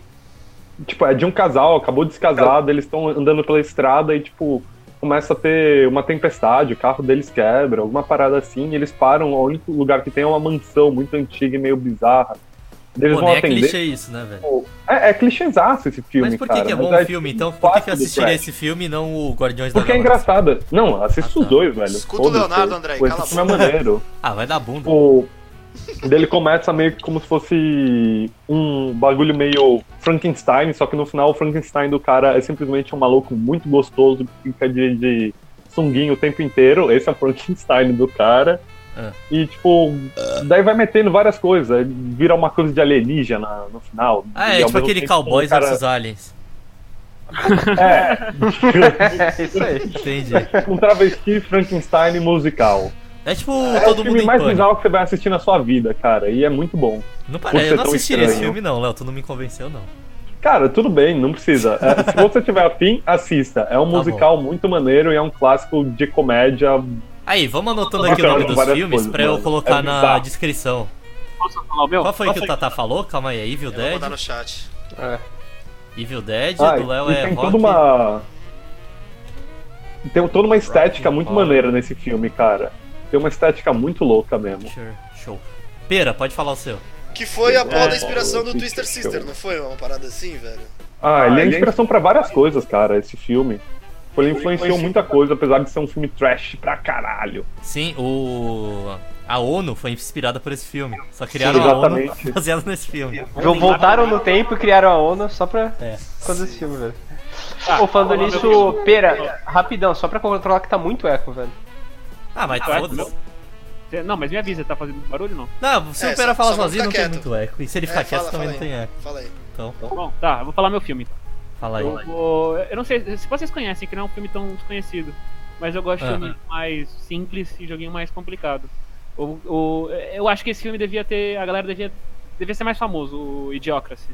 B: Tipo, é de um casal, acabou descasado, eles estão andando pela estrada e, tipo, começa a ter uma tempestade, o carro deles quebra, alguma parada assim, e eles param, o único lugar que tem é uma mansão muito antiga e meio bizarra. Eles
A: Pô,
B: vão
A: nem é
B: atender.
A: clichê isso, né, velho?
B: tipo, É, é clichêzaço esse filme,
A: Mas por que,
B: cara.
A: que é
B: mas
A: bom o filme, então? Por que, que
B: clássico
A: eu
B: do
A: assistiria
B: trash.
A: esse filme e não o Guardiões
B: Porque
A: da
B: é
A: Galáxia?
B: engraçado. Não, assista
A: Ah,
B: os
A: tá.
B: dois, velho.
C: Escuta o
B: Foda-se.
C: Leonardo, Andrei,
B: Pô, Esse
C: cala a
B: filme é maneiro.
A: Ah, vai
B: é
A: dar bunda.
B: O... Ele Tipo, começa meio que como se fosse um bagulho meio Frankenstein, só que no final o Frankenstein do cara é simplesmente um maluco muito gostoso que fica de, de sunguinho o tempo inteiro. Esse é o Frankenstein do cara.
A: Ah.
B: E tipo, daí vai metendo várias coisas. aí Vira uma coisa de alienígena no final.
A: Ah,
B: E,
A: é
B: ao
A: tipo
B: mesmo
A: aquele
B: tempo,
A: Cowboys
B: o cara-
A: vs Aliens.
D: É isso aí.
A: Entendi.
B: Um travesti Frankenstein musical.
A: É tipo
B: [laughs] é o
A: Todo Mundo
B: filme
A: em
B: mais
A: Pânico.
B: bizarro que você vai assistir na sua vida, cara. E é muito bom.
A: Não parece,
B: ser
A: eu não
B: tão
A: assistiria esse
B: estranho.
A: filme não, Léo, tu não me convenceu não.
B: Cara, tudo bem, não
A: [laughs]
B: precisa. É, se você tiver afim, assista. É um
A: Tá
B: musical muito maneiro e é um clássico de comédia.
A: Aí, vamos anotando
B: Nossa,
A: aqui o nome
B: eram
A: dos
B: várias
A: filmes
B: coisas,
A: pra eu
B: mano.
A: colocar
B: É
A: na
B: bizarro.
A: descrição.
E: Posso falar o meu?
A: Qual foi que o Tata falou? Calma aí, é Evil
C: Eu vou
A: Dead.
C: botar no chat.
A: Evil Dead,
B: Ah,
A: do Léo
B: e
A: é
B: tem
A: Rock.
B: toda uma. Tem toda uma estética muito
A: Horror.
B: maneira nesse filme, cara. Tem uma estética muito louca mesmo.
A: Sure, Show. Pera, pode falar o seu.
C: Que foi
B: É,
C: a porra da inspiração do
B: Picture
C: Twister
B: Show.
C: Sister, não foi uma parada assim, velho?
B: Ah, ele é
F: ele é
B: inspiração pra várias coisas, cara, esse filme. Ele influenciou muita coisa, apesar de ser um filme trash pra caralho.
A: Sim, o. A ONU foi inspirada por esse filme. Só criaram a ONU [laughs]
B: Exatamente.
A: baseada nesse filme.
D: Voltaram no tempo e criaram a ONU só pra
A: É. Ah,
D: fazer esse filme, velho. Ô, falando nisso, pera, rapidão, só pra controlar que tá muito eco, velho.
A: Ah, mas
E: Ah,
A: todos.
E: Cê- Não, mas me avisa, tá fazendo barulho ou não?
A: Não, se
C: É,
A: o Pera
C: só-
A: falar
C: só vamos
A: sozinho, não
C: ficar
A: tem
C: quieto.
A: muito eco. E se ele ficar
C: É,
A: quieto,
C: fala,
A: também não
C: fala aí.
A: tem eco.
C: Fala aí.
A: Então,
E: Bom, tá, eu vou falar meu filme. então.
A: fala aí.
E: Eu, vou- eu não sei se vocês conhecem, que não é um filme tão desconhecido, mas eu gosto de
A: Ah.
E: filme mais simples e joguinho mais complicado. O, o- eu acho que esse filme devia ter. A galera devia, devia ser mais famoso, o Idiocracy.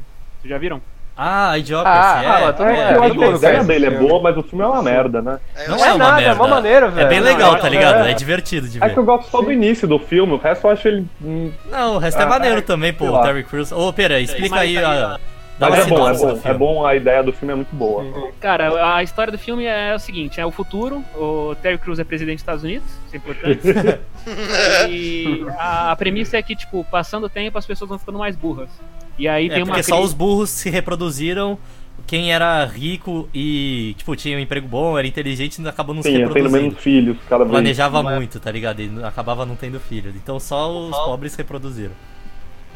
E: Vocês já viram?
A: Ah, Idiocracy,
D: Ah,
A: é.
D: fala, todo
A: é, é
D: mundo
B: eu
A: bem
B: acho que a
D: legal.
A: legal.
B: ideia
D: Esse
B: dele é
D: filme.
B: boa, mas o filme é uma merda, né?
C: É, eu
A: Não
C: acho-
A: é uma
D: nada, é
A: merda.
D: mó maneiro,
A: É
D: velho.
A: bem
E: Não,
A: legal,
E: é-
A: tá ligado?
B: é-
A: É divertido de
B: É que eu
A: ver.
B: gosto só do início do filme, o resto eu acho ele. hum,
A: Não, o resto é
B: Ah,
A: maneiro
B: é,
A: também, pô. O
B: sei lá.
A: Terry Crews. Ô, Pera, explica aí a. Dá uma
B: Mas é bom, é
A: sinopse do
B: bom. É
A: filme.
B: bom, a ideia do filme é muito boa.
E: Cara, a história do filme é o seguinte: é o futuro. O Terry Crews é presidente dos Estados Unidos, isso é importante. e a, a premissa é que, tipo, passando o tempo, as pessoas vão ficando mais burras. E aí
A: É,
E: tem
A: porque
E: uma.
A: só
E: crise-
A: os burros se reproduziram. Quem era rico e, tipo, tinha um emprego bom, era inteligente, acabou não se
B: Sim, tendo
A: reproduzindo.
B: menos filhos, cada vez.
A: Planejava muito, tá ligado? E acabava não tendo filho. Então só os pobres se reproduziram.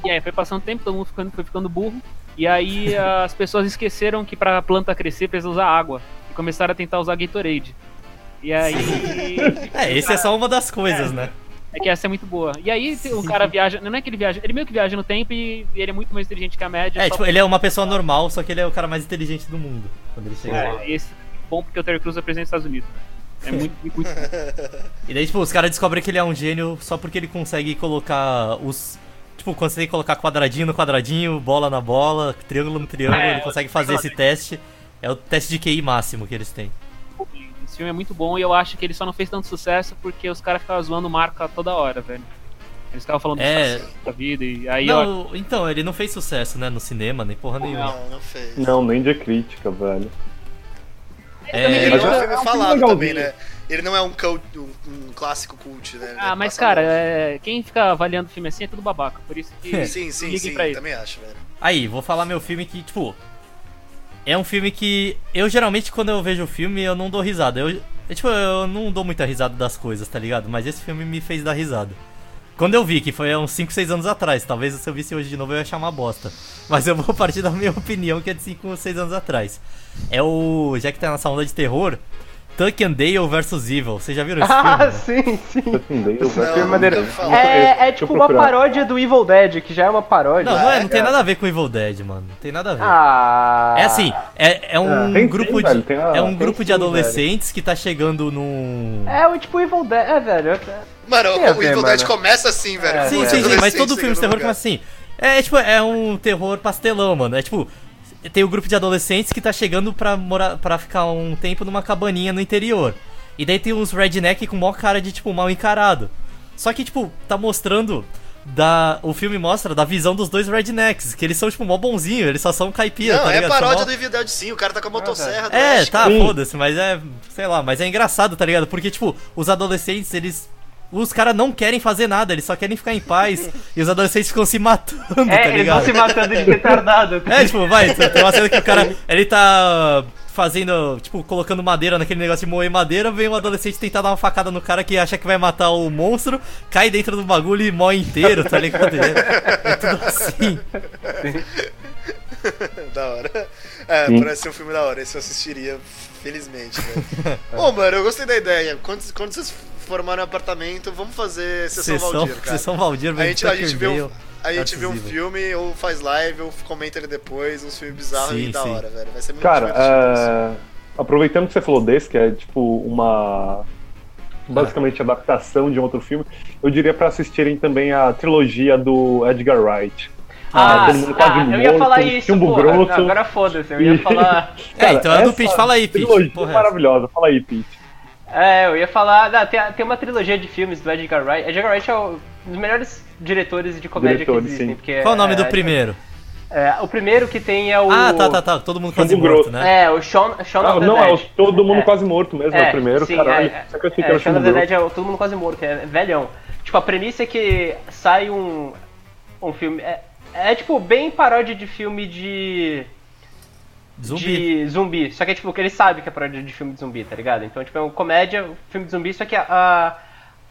E: E aí foi passando o tempo, todo mundo ficando, foi ficando burro.
A: [laughs]
E: E aí as pessoas esqueceram que pra planta crescer precisa usar água. E começaram a tentar usar Gatorade. E aí.
A: [laughs] É, esse é só uma das coisas, né?
E: É que essa é muito boa. E aí o cara viaja. Não é que ele viaja, ele meio que viaja no tempo e ele é muito mais inteligente que a média.
A: É,
E: só-
A: tipo, ele é uma pessoa normal, só que ele é o cara mais inteligente do mundo. Quando ele chega lá.
E: É, esse é bom porque o Terry Crews é presidente dos Estados Unidos. É muito, muito bom.
A: E daí, tipo, os caras descobrem que ele é um gênio só porque ele consegue colocar os. Tipo, quando você tem que colocar quadradinho no quadradinho, bola na bola, triângulo no triângulo,
E: É,
A: ele consegue fazer esse teste. É o teste de QI máximo que eles têm.
E: Esse filme é muito bom e eu acho que ele só não fez tanto sucesso porque os caras ficavam zoando marca toda hora, velho. Eles ficavam falando
A: É.
E: do da vida e aí eu...
A: Não, então, ele não fez sucesso, né? No cinema, nem porra nenhuma.
C: Não, não fez.
B: Não, nem de crítica, velho.
C: Ele
A: É,
C: é um
B: Mas é- é um
C: filme
B: filme
C: falado
B: legalzinho.
C: também, né? Ele não é um, cult, um, um clássico cult, né? Ele
E: Ah,
C: é
E: mas
C: passado.
E: cara, é, quem fica avaliando filme assim é tudo babaca, por isso que
C: Sim, sim,
E: liguem
C: sim,
E: pra ele.
C: também acho, velho.
A: Aí, vou falar meu filme que, tipo. É um filme que. Eu geralmente, quando eu vejo o filme, eu não dou risada. Eu, eu, tipo, eu não dou muita risada das coisas, tá ligado? Mas esse filme me fez dar risada. Quando eu vi, que foi há uns 5, 6 anos atrás, talvez se eu visse hoje de novo eu ia achar uma bosta. [laughs] Mas eu vou partir da minha [laughs] opinião, que é de 5 ou 6 anos atrás. É o. Já que tá nessa onda de terror, Tuck and Dale vs Evil. Vocês já
D: [laughs]
A: viram É esse filme?
D: Ah,
A: mano?
D: sim, sim.
B: Entendeu, assim, velho?
C: Não,
D: maneiro.
C: nunca falo.
D: É, é
B: Deixa eu
D: tipo uma
B: procurar.
D: paródia do Evil Dead, que já é uma paródia.
A: Não, não, é, não tem nada a ver com Evil Dead, mano. Não tem nada a ver.
D: Ah.
A: É assim, é, é um
B: Ah, tem sim,
A: grupo de,
B: velho, tem a-
A: é um
B: tem
A: grupo de
B: sim, velho.
A: adolescentes que tá chegando num.
D: É o tipo Evil Dead, é, velho.
A: Tá
D: é-
C: Mano,
D: Tem a
C: o
D: ver,
C: Evil Dead
D: mano.
C: começa assim, velho.
A: É, sim,
C: Com
A: sim, sim, mas
C: adolescente
A: todo filme de terror
C: chegando
A: começa assim. É tipo, é um terror pastelão, mano. É tipo, tem um grupo de adolescentes que tá chegando pra morar para ficar um tempo numa cabaninha no interior. E daí tem uns redneck com maior cara de tipo mal encarado. Só que tipo, tá mostrando da o filme mostra da visão dos dois rednecks, que eles são tipo mó bonzinho, eles só são
C: no
A: caipira,
C: lugar. Não,
A: tá
C: é
A: ligado? São mó-
C: paródia do Evil Dead sim, o cara tá com a motosserra. do
A: É,
C: Ash,
A: tá,
B: Sim.
A: foda-se, mas é. Sei lá, mas é engraçado, tá ligado? Porque, tipo, os adolescentes, eles. Os caras não querem fazer nada, eles só querem ficar em paz. e os adolescentes ficam se matando, tá
D: É, eles vão
A: ligado?
D: se matando
A: [laughs]
D: de retardado.
A: É, tipo, vai, tem uma cena que o cara. Ele tá fazendo. Tipo, colocando madeira naquele negócio de moer madeira, vem um adolescente tentar dar uma facada no cara que acha que vai matar o monstro, cai dentro do bagulho e morre inteiro, tá ligado? É tudo assim.
C: [laughs] Da hora. É, parece ser um filme da hora, esse eu assistiria, felizmente, velho. Bom, mano, eu gostei da ideia. Quando, quando vocês formarem um apartamento, vamos fazer Sessão
A: Sessão
C: Valdir, cara.
A: Sessão Valdir,
C: A
A: vai
C: gente, a gente vê um, a gente vê um
A: Artes Evil.
C: filme, ou faz live, ou comenta ele depois, uns filmes bizarros
A: Sim,
C: e da
A: sim.
C: hora, velho. Vai ser muito
B: Cara,
C: divertido
B: é, aproveitando que você falou desse, que é tipo uma.
A: É.
B: Basicamente adaptação de um outro filme, eu diria pra assistirem também a trilogia do Edgar Wright. Ah,
D: Ah,
B: todo mundo quase
D: ah, eu ia
B: morto, um
D: falar isso,
B: chumbo
D: porra.
B: grosso.
D: Não, agora
B: [laughs]
D: foda-se, eu ia falar...
B: Cara,
A: então é do
B: essa
A: Pete. Fala aí, Pete.
B: trilogia é
A: Porra,
B: maravilhosa. Fala aí, Pete.
D: É, eu ia falar. não, tem, tem uma trilogia de filmes do Edgar Wright. Edgar Wright é um dos melhores diretores de comédia
B: Diretores,
D: que existem.
B: sim.
D: Porque,
A: Qual o nome
D: é,
A: do primeiro?
D: é, o primeiro que tem é o.
A: Ah, tá, tá, tá. Todo mundo quase
B: Chumbo
A: morto,
B: grosso.
A: né?
D: É, o Shaun, Shaun
B: Ah,
D: of the
B: não, é o
D: Dead.
B: Todo Mundo
D: É.
B: Quase Morto mesmo, é, o primeiro,
D: sim,
B: caralho.
D: É,
B: Só que eu
D: é,
B: achei que era
D: o Shaun
B: Chumbo
D: of the
B: Grosso.
D: Dead é o Todo Mundo Quase Morto, que é velhão. Tipo, a premissa é que sai um, um filme... É, é, tipo, bem paródia de filme de...
A: Zumbi.
D: De zumbi. Só que é tipo, que ele sabe que é paródia de filme de zumbi, tá ligado? Então, tipo, é uma comédia, um filme de zumbi, só que a... a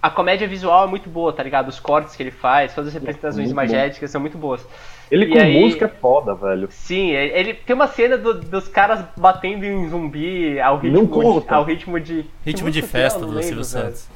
D: a comédia visual é muito boa, tá ligado? Os cortes que ele faz, todas as representações
B: muito bom.
D: imagéticas são muito boas.
B: Ele
D: E
B: com
D: aí-
B: música é foda, velho.
D: Sim, ele, ele- tem uma cena do- dos caras batendo em zumbi ao ritmo,
B: curta.
D: de, ao ritmo de.
A: Ritmo
D: que
A: de
D: música que é? Eu
A: festa
D: não
A: do Silvio
D: lembro, velho.
A: Santos.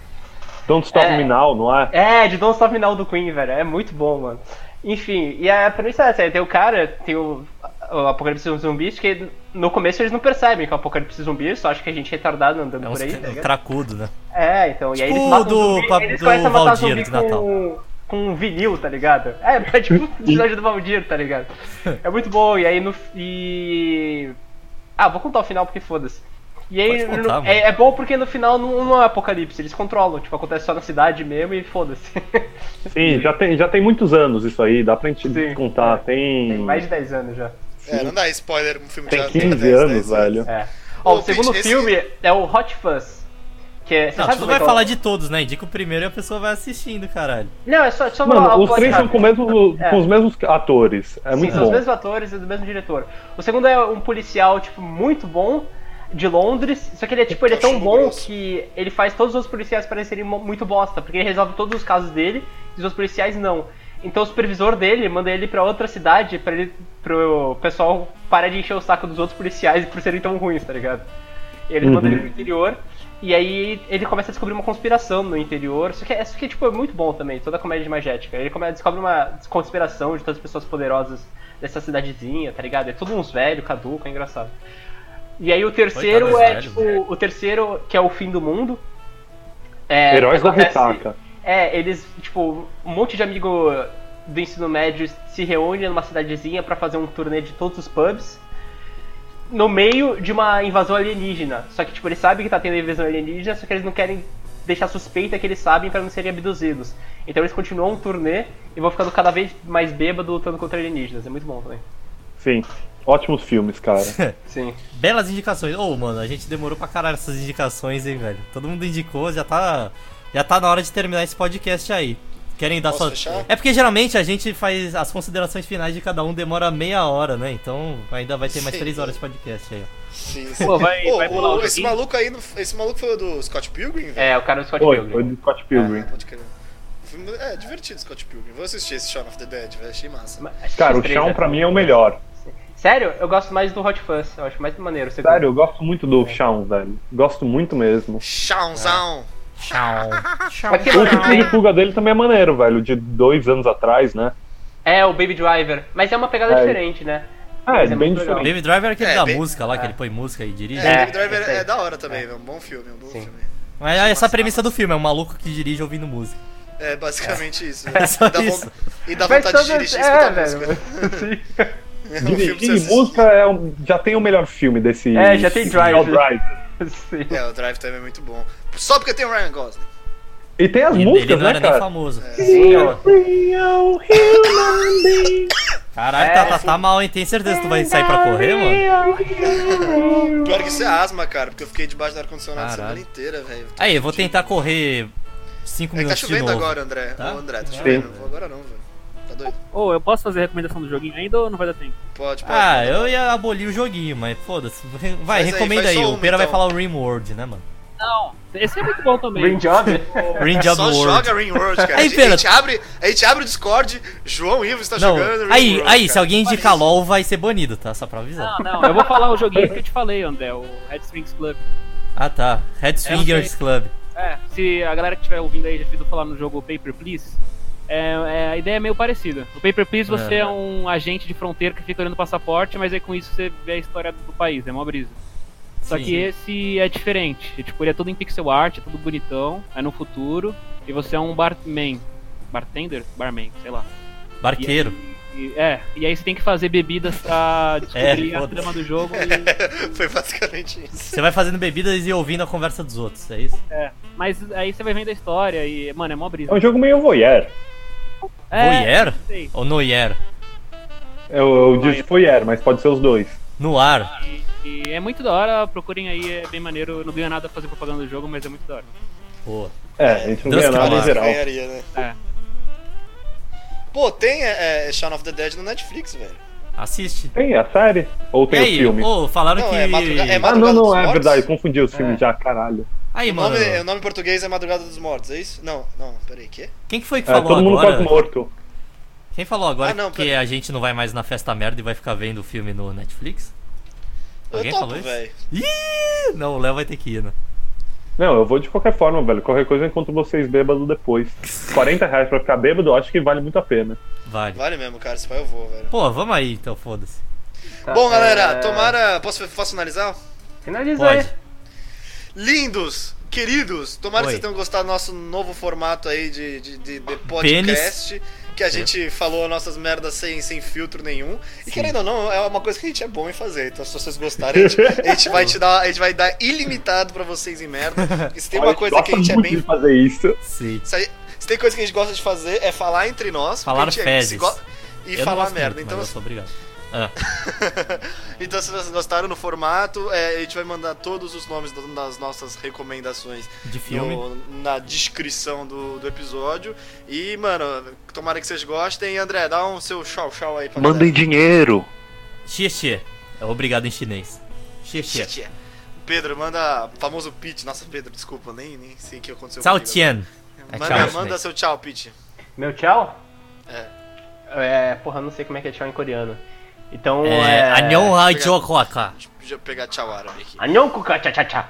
B: Don't Stop
D: É.
B: Me Now, não é?
D: É, de Don't Stop Me Now do Queen, velho. É muito bom, mano. Enfim, e a premissa é essa: tem o cara, tem o, o apocalipse zumbis, que no começo eles não percebem que é o apocalipse zumbi, só acha que a gente é retardado andando
A: É
D: por aí. tá
A: um
D: ligado?
A: cracudo, né?
D: É, então, e aí eles
A: Tipo
D: matam
A: do
D: zumbi,
A: Pab-
D: eles
A: do
D: começam a matar
A: Valdir
D: zumbi
A: de Natal.
D: com, com um vinil, tá ligado? É, [laughs] é tipo o episódio do Valdir, tá ligado? É muito bom, e aí no... E... Ah, vou contar o final porque foda-se. E aí,
A: Pode
D: no-
A: contar, mano.
D: é, é bom porque no final não, não é apocalipse, eles controlam, tipo, acontece só na cidade mesmo e foda-se. [laughs]
B: Sim, já tem, já tem muitos anos isso aí, dá pra gente
D: Sim. É.
B: contar. Tem,
D: Tem mais de 10 anos já.
C: É, não dá spoiler um filme
B: ah, tem
C: já
B: 15
C: 10,
B: anos,
C: 10
B: velho.
D: É. Ó,
C: Ô,
D: o segundo
C: Pete, esse-
D: filme é o Hot Fuzz. Que é, você
A: Não,
D: sabe
A: tu não
D: como
A: vai
D: é que é o-
A: falar de todos, né? Indica o primeiro e a pessoa vai assistindo, caralho.
D: Não, é só, só falar
B: Mano,
D: o
B: os três
D: plot
B: são com, o mesmo- com os mesmos atores. É
D: Sim,
B: muito
D: são os
B: bom.
D: mesmos atores e do mesmo diretor. O segundo é um policial, tipo, muito bom de Londres, só que ele é tipo, ele é tão
C: Chumbo
D: bom
C: grosso.
D: que ele faz todos os policiais parecerem mo- muito bosta, porque ele resolve todos os casos dele e os outros policiais não. Então o supervisor dele manda ele pra outra cidade para ele pro pessoal parar de encher o saco dos outros policiais por serem tão ruins, tá ligado? Eles mandam
B: Uhum.
D: ele pro interior e aí ele começa a descobrir uma conspiração no interior. Só que, é- só que tipo, é muito bom também, toda a comédia imagética. Ele come- descobre uma conspiração de todas as pessoas poderosas dessa cidadezinha, tá ligado? É todo uns velho, caduco, é engraçado. E aí o terceiro
A: Coitado dos
D: é,
A: velhos, né?
D: tipo, o terceiro, que é o fim do mundo. É,
B: Heróis da
D: acontece-
B: Ressaca.
D: é, eles, tipo, um monte de amigo do ensino médio se reúne numa cidadezinha pra fazer um turnê de todos os pubs no meio de uma invasão alienígena. Só que, tipo, eles sabem que tá tendo invasão alienígena, só que eles não querem deixar suspeita que eles sabem pra não serem abduzidos. Então eles continuam o turnê e vão ficando cada vez mais bêbado lutando contra alienígenas. É muito bom também.
B: Sim. Ótimos filmes, cara.
D: Sim.
A: Belas indicações. Ô, mano, a gente demorou pra caralho essas indicações, hein, velho. Todo mundo indicou, já tá. Já tá na hora de terminar esse podcast aí. Querem dar
C: Posso
A: só.
C: fechar?
A: É porque geralmente a gente faz as considerações finais de cada um, demora meia hora, né? Então ainda vai ter mais
C: Sim.
A: três horas de podcast aí. ó.
C: Sim, sim.
E: Pô, vai,
C: Ô,
E: vai
C: o-
E: pular o
C: esse
E: joguinho.
C: maluco aí, no- esse maluco foi o do Scott Pilgrim, velho? Ah,
D: É, o cara do Scott
B: Foi, foi
D: Pilgrim.
B: do Scott Pilgrim.
D: É.
C: Pode crer. Filme- É divertido Scott Pilgrim. Vou assistir esse Shaun of the Dead, velho. Achei massa.
D: Acho que
B: Cara,
D: os
B: o
D: três,
B: Shaun
D: né?
B: pra mim é o melhor.
D: Sério, eu gosto mais do Hot Fuzz. Eu acho mais maneiro. o segundo.
B: Sério, eu gosto muito
D: É.
B: do Shaun, velho. Gosto muito mesmo.
C: Shaunzão!
A: Tchau.
D: Aquele
B: O
D: que
B: chute
D: tem-
B: de fuga dele também é maneiro, velho. De dois anos atrás, né?
D: É, o Baby Driver. Mas é uma pegada
B: É.
D: diferente, né?
B: É,
D: Mas é
B: bem
D: muito legal.
B: diferente.
A: Baby Driver é aquele
C: É,
A: da
C: bem-
A: música lá, que ele põe música e dirige.
C: É,
D: É,
C: Baby Driver
D: esse aí.
C: é da hora também, é um bom filme, é um bom
D: Sim.
C: filme.
A: Mas é essa a premissa do filme, é um maluco que dirige ouvindo música.
C: É basicamente isso.
A: É só
C: E dá von-
A: isso.
C: E dá
D: Mas
C: vontade de
D: todas-
C: dirigir e
D: é,
C: escutar [laughs] música.
D: velho. Sim.
C: É um filme que
B: Dirigir
C: você
B: e
C: assiste.
B: música é um- já tem o melhor filme desse.
D: É, já tem Drive.
B: É o Drive.
D: Sim.
C: É, o Drive também é muito bom. Só porque tem o Ryan Gosling. É.
B: E tem as
A: Ele, ele
B: músicas,
A: não
B: né,
A: era nem
B: cara?
A: famoso.
B: Sim,
D: ó.
B: real human being.
A: Caralho,
D: É,
A: tá, tá, tá mal, hein? Tem certeza que tu vai sair pra correr, mano?
C: Pior que isso é asma, cara, porque eu fiquei debaixo do ar-condicionado a
A: Caralho.
C: semana inteira, velho.
A: Aí, eu vou tentar correr 5
C: É que tá
A: minutos de
C: chovendo
A: novo.
C: agora, André.
A: Tá?
C: Ô, André, tá
A: Sim.
C: chovendo. Não vou agora não, velho. Tá doido?
E: Ô, eu posso fazer a recomendação do joguinho ainda ou não vai dar tempo?
C: Pode, pode.
A: Ah,
C: pode.
A: eu ia abolir o joguinho, mas foda-se. Vai,
C: Faz aí,
A: recomenda
C: faz
A: aí.
C: só
A: O
C: uma,
A: Pera vai
C: então.
A: falar o Rimworld, né, mano?
E: Não, esse é muito bom também.
D: Green Job?
A: Rim Job
C: É, Só
A: World.
C: joga Ringworld, cara.
A: [laughs] Aí,
C: a, gente,
A: pera.
C: a gente abre, a gente abre o Discord, João Ives tá
A: Não,
C: jogando Ringworld.
A: aí, aí, se
C: cara.
A: alguém
C: Olha
A: indicar
C: isso.
A: LOL, vai ser banido, tá? Só pra
E: Não,
A: avisar.
E: Ah, não, eu vou falar o joguinho que eu te falei, André, o Red Strings Club.
A: Ah, tá. Red Swingers
E: sei.
A: Club.
E: É, se a galera que estiver ouvindo aí já fez eu falar no jogo Paper Please, é, é, a ideia é meio parecida. No Paper Please você
A: É.
E: é. um agente de fronteira que fica olhando o passaporte, mas aí com isso você vê a história do país, é uma brisa. Só
A: Sim.
E: que esse é diferente. é, Tipo, ele é todo em pixel art, é tudo bonitão, é no futuro, e você é um barman. Bartender? Barman, sei lá.
A: Barqueiro.
E: E- E, é, e aí você tem que fazer bebidas
C: [laughs] É,
E: pra descobrir a
A: foda-se.
E: trama do jogo. e-
C: Foi basicamente isso.
A: Você vai fazendo bebidas e ouvindo a conversa dos outros, é isso?
E: é. Mas aí você vai vendo a história e, mano, é mó brisa.
B: É um jogo meio voyeur.
E: É,
A: Voyeur?
E: não sei.
A: Ou Noier?
B: Eu, eu disse voyeur, mas pode ser os dois.
A: No ar.
E: E é muito da hora, procurem aí, é bem maneiro. Eu Não ganho nada fazer propaganda do jogo, mas é muito da hora.
A: Pô.
B: É, a gente não
A: Deus
B: ganha
A: que
B: nada em
A: pague.
B: geral.
C: Ganharia, né?
E: É.
C: Pô, tem é, é, Shaun of the Dead no Netflix, velho.
A: Assiste.
B: Tem a série? Ou tem
A: e
B: o
A: aí,
B: filme?
A: pô, falaram
C: Não,
A: que.
C: é madruga- é
B: Ah, não,
C: Madrugada dos
B: não, é
C: Mortos?
B: verdade, eu confundi os filmes já, caralho.
A: Aí,
C: O
A: mano.
C: nome, o nome em português é Madrugada dos Mortos, é isso? Não, não, peraí, quê?
A: Quem que foi que
B: É,
A: falou
B: todo mundo
A: agora?
B: quase morto.
A: Quem falou agora
C: Ah, não,
A: que
C: pera-
A: a gente não vai mais na festa merda e vai ficar vendo o filme no Netflix?
C: Eu
A: Alguém
C: topo,
A: falou isso?
C: velho.
A: Ih, não, o Léo vai ter que ir, né?
B: Não, eu vou de qualquer forma, velho. Qualquer coisa eu encontro vocês bêbado depois. 40 reais pra ficar bêbado, eu acho que vale muito a pena.
A: Vale.
C: Vale mesmo, cara, se vai eu vou, velho.
A: Pô, vamos aí então, foda-se.
D: Tá,
C: Bom, galera,
D: é,
C: tomara. Posso, posso finalizar?
D: Finaliza aí.
A: Pode.
C: é. Lindos, queridos,
A: Oi.
C: tomara que vocês tenham gostado do nosso novo formato aí de, de, de- de
A: Pênis.
C: podcast. Que a gente falou nossas merdas sem, sem filtro nenhum. E
A: Sim.
C: querendo ou não, é uma coisa que a gente é bom em fazer. Então, se vocês gostarem, a gente, a gente vai te dar. A gente vai dar ilimitado pra vocês em merda. Porque se tem
B: Olha,
C: uma coisa que a gente é
B: gosto muito
C: bem
B: de fazer isso.
A: Sim.
C: Se, a- se tem coisa que a gente gosta de fazer é falar entre nós.
A: Falar
C: porque a gente- se
A: fezes.
C: E
A: Eu não
C: falar
A: gosto
C: merda.
A: muito,
C: então,
A: mas eu sou obrigado. Ah,
C: então, se vocês gostaram do formato, é, a gente vai mandar todos os nomes do- das nossas recomendações
A: de filme.
C: no- na descrição do, do episódio. E, mano, tomara que vocês gostem. André, dá um seu tchau, tchau aí pra
F: Mandem
C: galera.
F: dinheiro.
A: Xie xie. É obrigado em chinês. Xie xie.
C: Tchê, tchê. é. Pedro, manda famoso pitch. Nossa, Pedro, desculpa, nem, nem sei o que aconteceu.
A: Tchau,
C: comigo.
A: Tian. É
C: Manda,
A: tchau,
C: manda
A: chinês.
C: seu tchau, pitch.
D: Meu tchau?
C: É.
D: É, porra, eu não sei como é que é tchau em coreano. Então
A: É,
D: é.
A: Anyon Hajokoaka.
C: Deixa eu pegar tchau árabe aqui.
D: Anhong kuka tchá tchá tchá.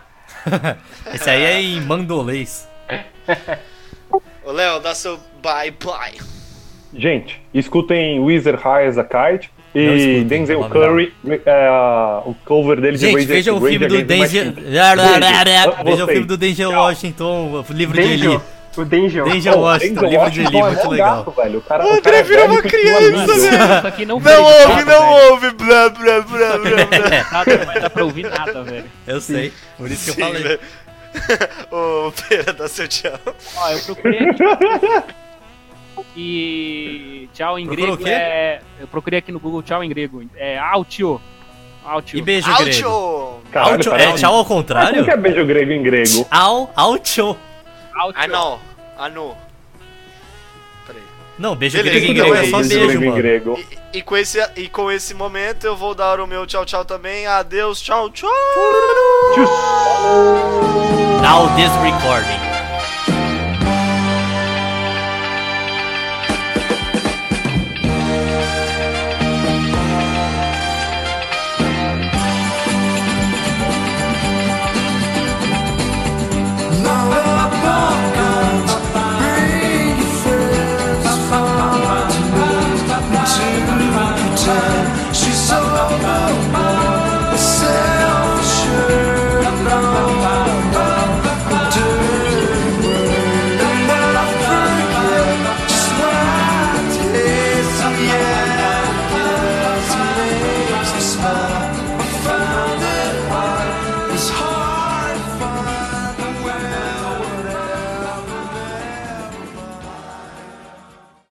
A: Esse aí é em mandolês.
C: Ô, Léo, dá seu bye bye.
B: Gente, escutem Weezer High as a Kite
A: Não
B: e
A: escutem,
B: Denzel
A: não.
B: Curry, é, o cover dele de
A: Gente,
B: Rage-
A: vejam o
B: Rage
A: filme do
B: Against the
A: Denzel.
B: Machine. Beijo.
A: Vejam o filme
B: Vocês.
A: do Denzel Washington, o livro de Eli.
D: Denjo. O Denjo.
A: Denzel
B: Pô,
A: Washington,
B: Oh, Denzel
A: livro de Eli,
B: Washington é
A: muito
B: mó
A: legal. é
B: gato, velho. O cara,
C: O
B: o
C: André
B: cara
C: virou
B: velho
C: uma
B: continua
C: criança,
B: lindo.
C: velho.
E: Isso aqui [laughs] não foi
C: Não
E: editado,
C: ouve, não
E: velho.
C: ouve, blá, blá,
A: [laughs]
C: blá, blá, blá.
E: Nada, não vai dar pra ouvir nada, velho.
A: Eu sei, por isso que eu
C: Sim,
A: falei.
C: velho. [laughs] Ô, Pera, dá seu tchau.
E: Ó, eu procurei aqui. E tchau em
A: Procurou o
E: grego
A: quê?
E: é. Eu procurei aqui no Google tchau em grego. É autio.
A: E
E: Autio.
A: beijo grego.
C: Áudio!
B: Caralho,
A: Autio-
B: parece-
A: É tchau ao
B: Mas
A: contrário?
B: Como que é beijo grego em grego?
A: Au, autio.
E: Autio.
C: Ah, não. Ah, não. Peraí.
A: Não, beijo
C: Beleza,
A: grego em
C: então
A: grego,
C: é
A: é só
C: isso,
A: beijo,
B: grego em
A: mano.
B: grego.
C: E, e com esse, e com esse momento eu vou dar o meu tchau, tchau também. Adeus, tchau, tchau.
B: Tchus.
A: Now this recording.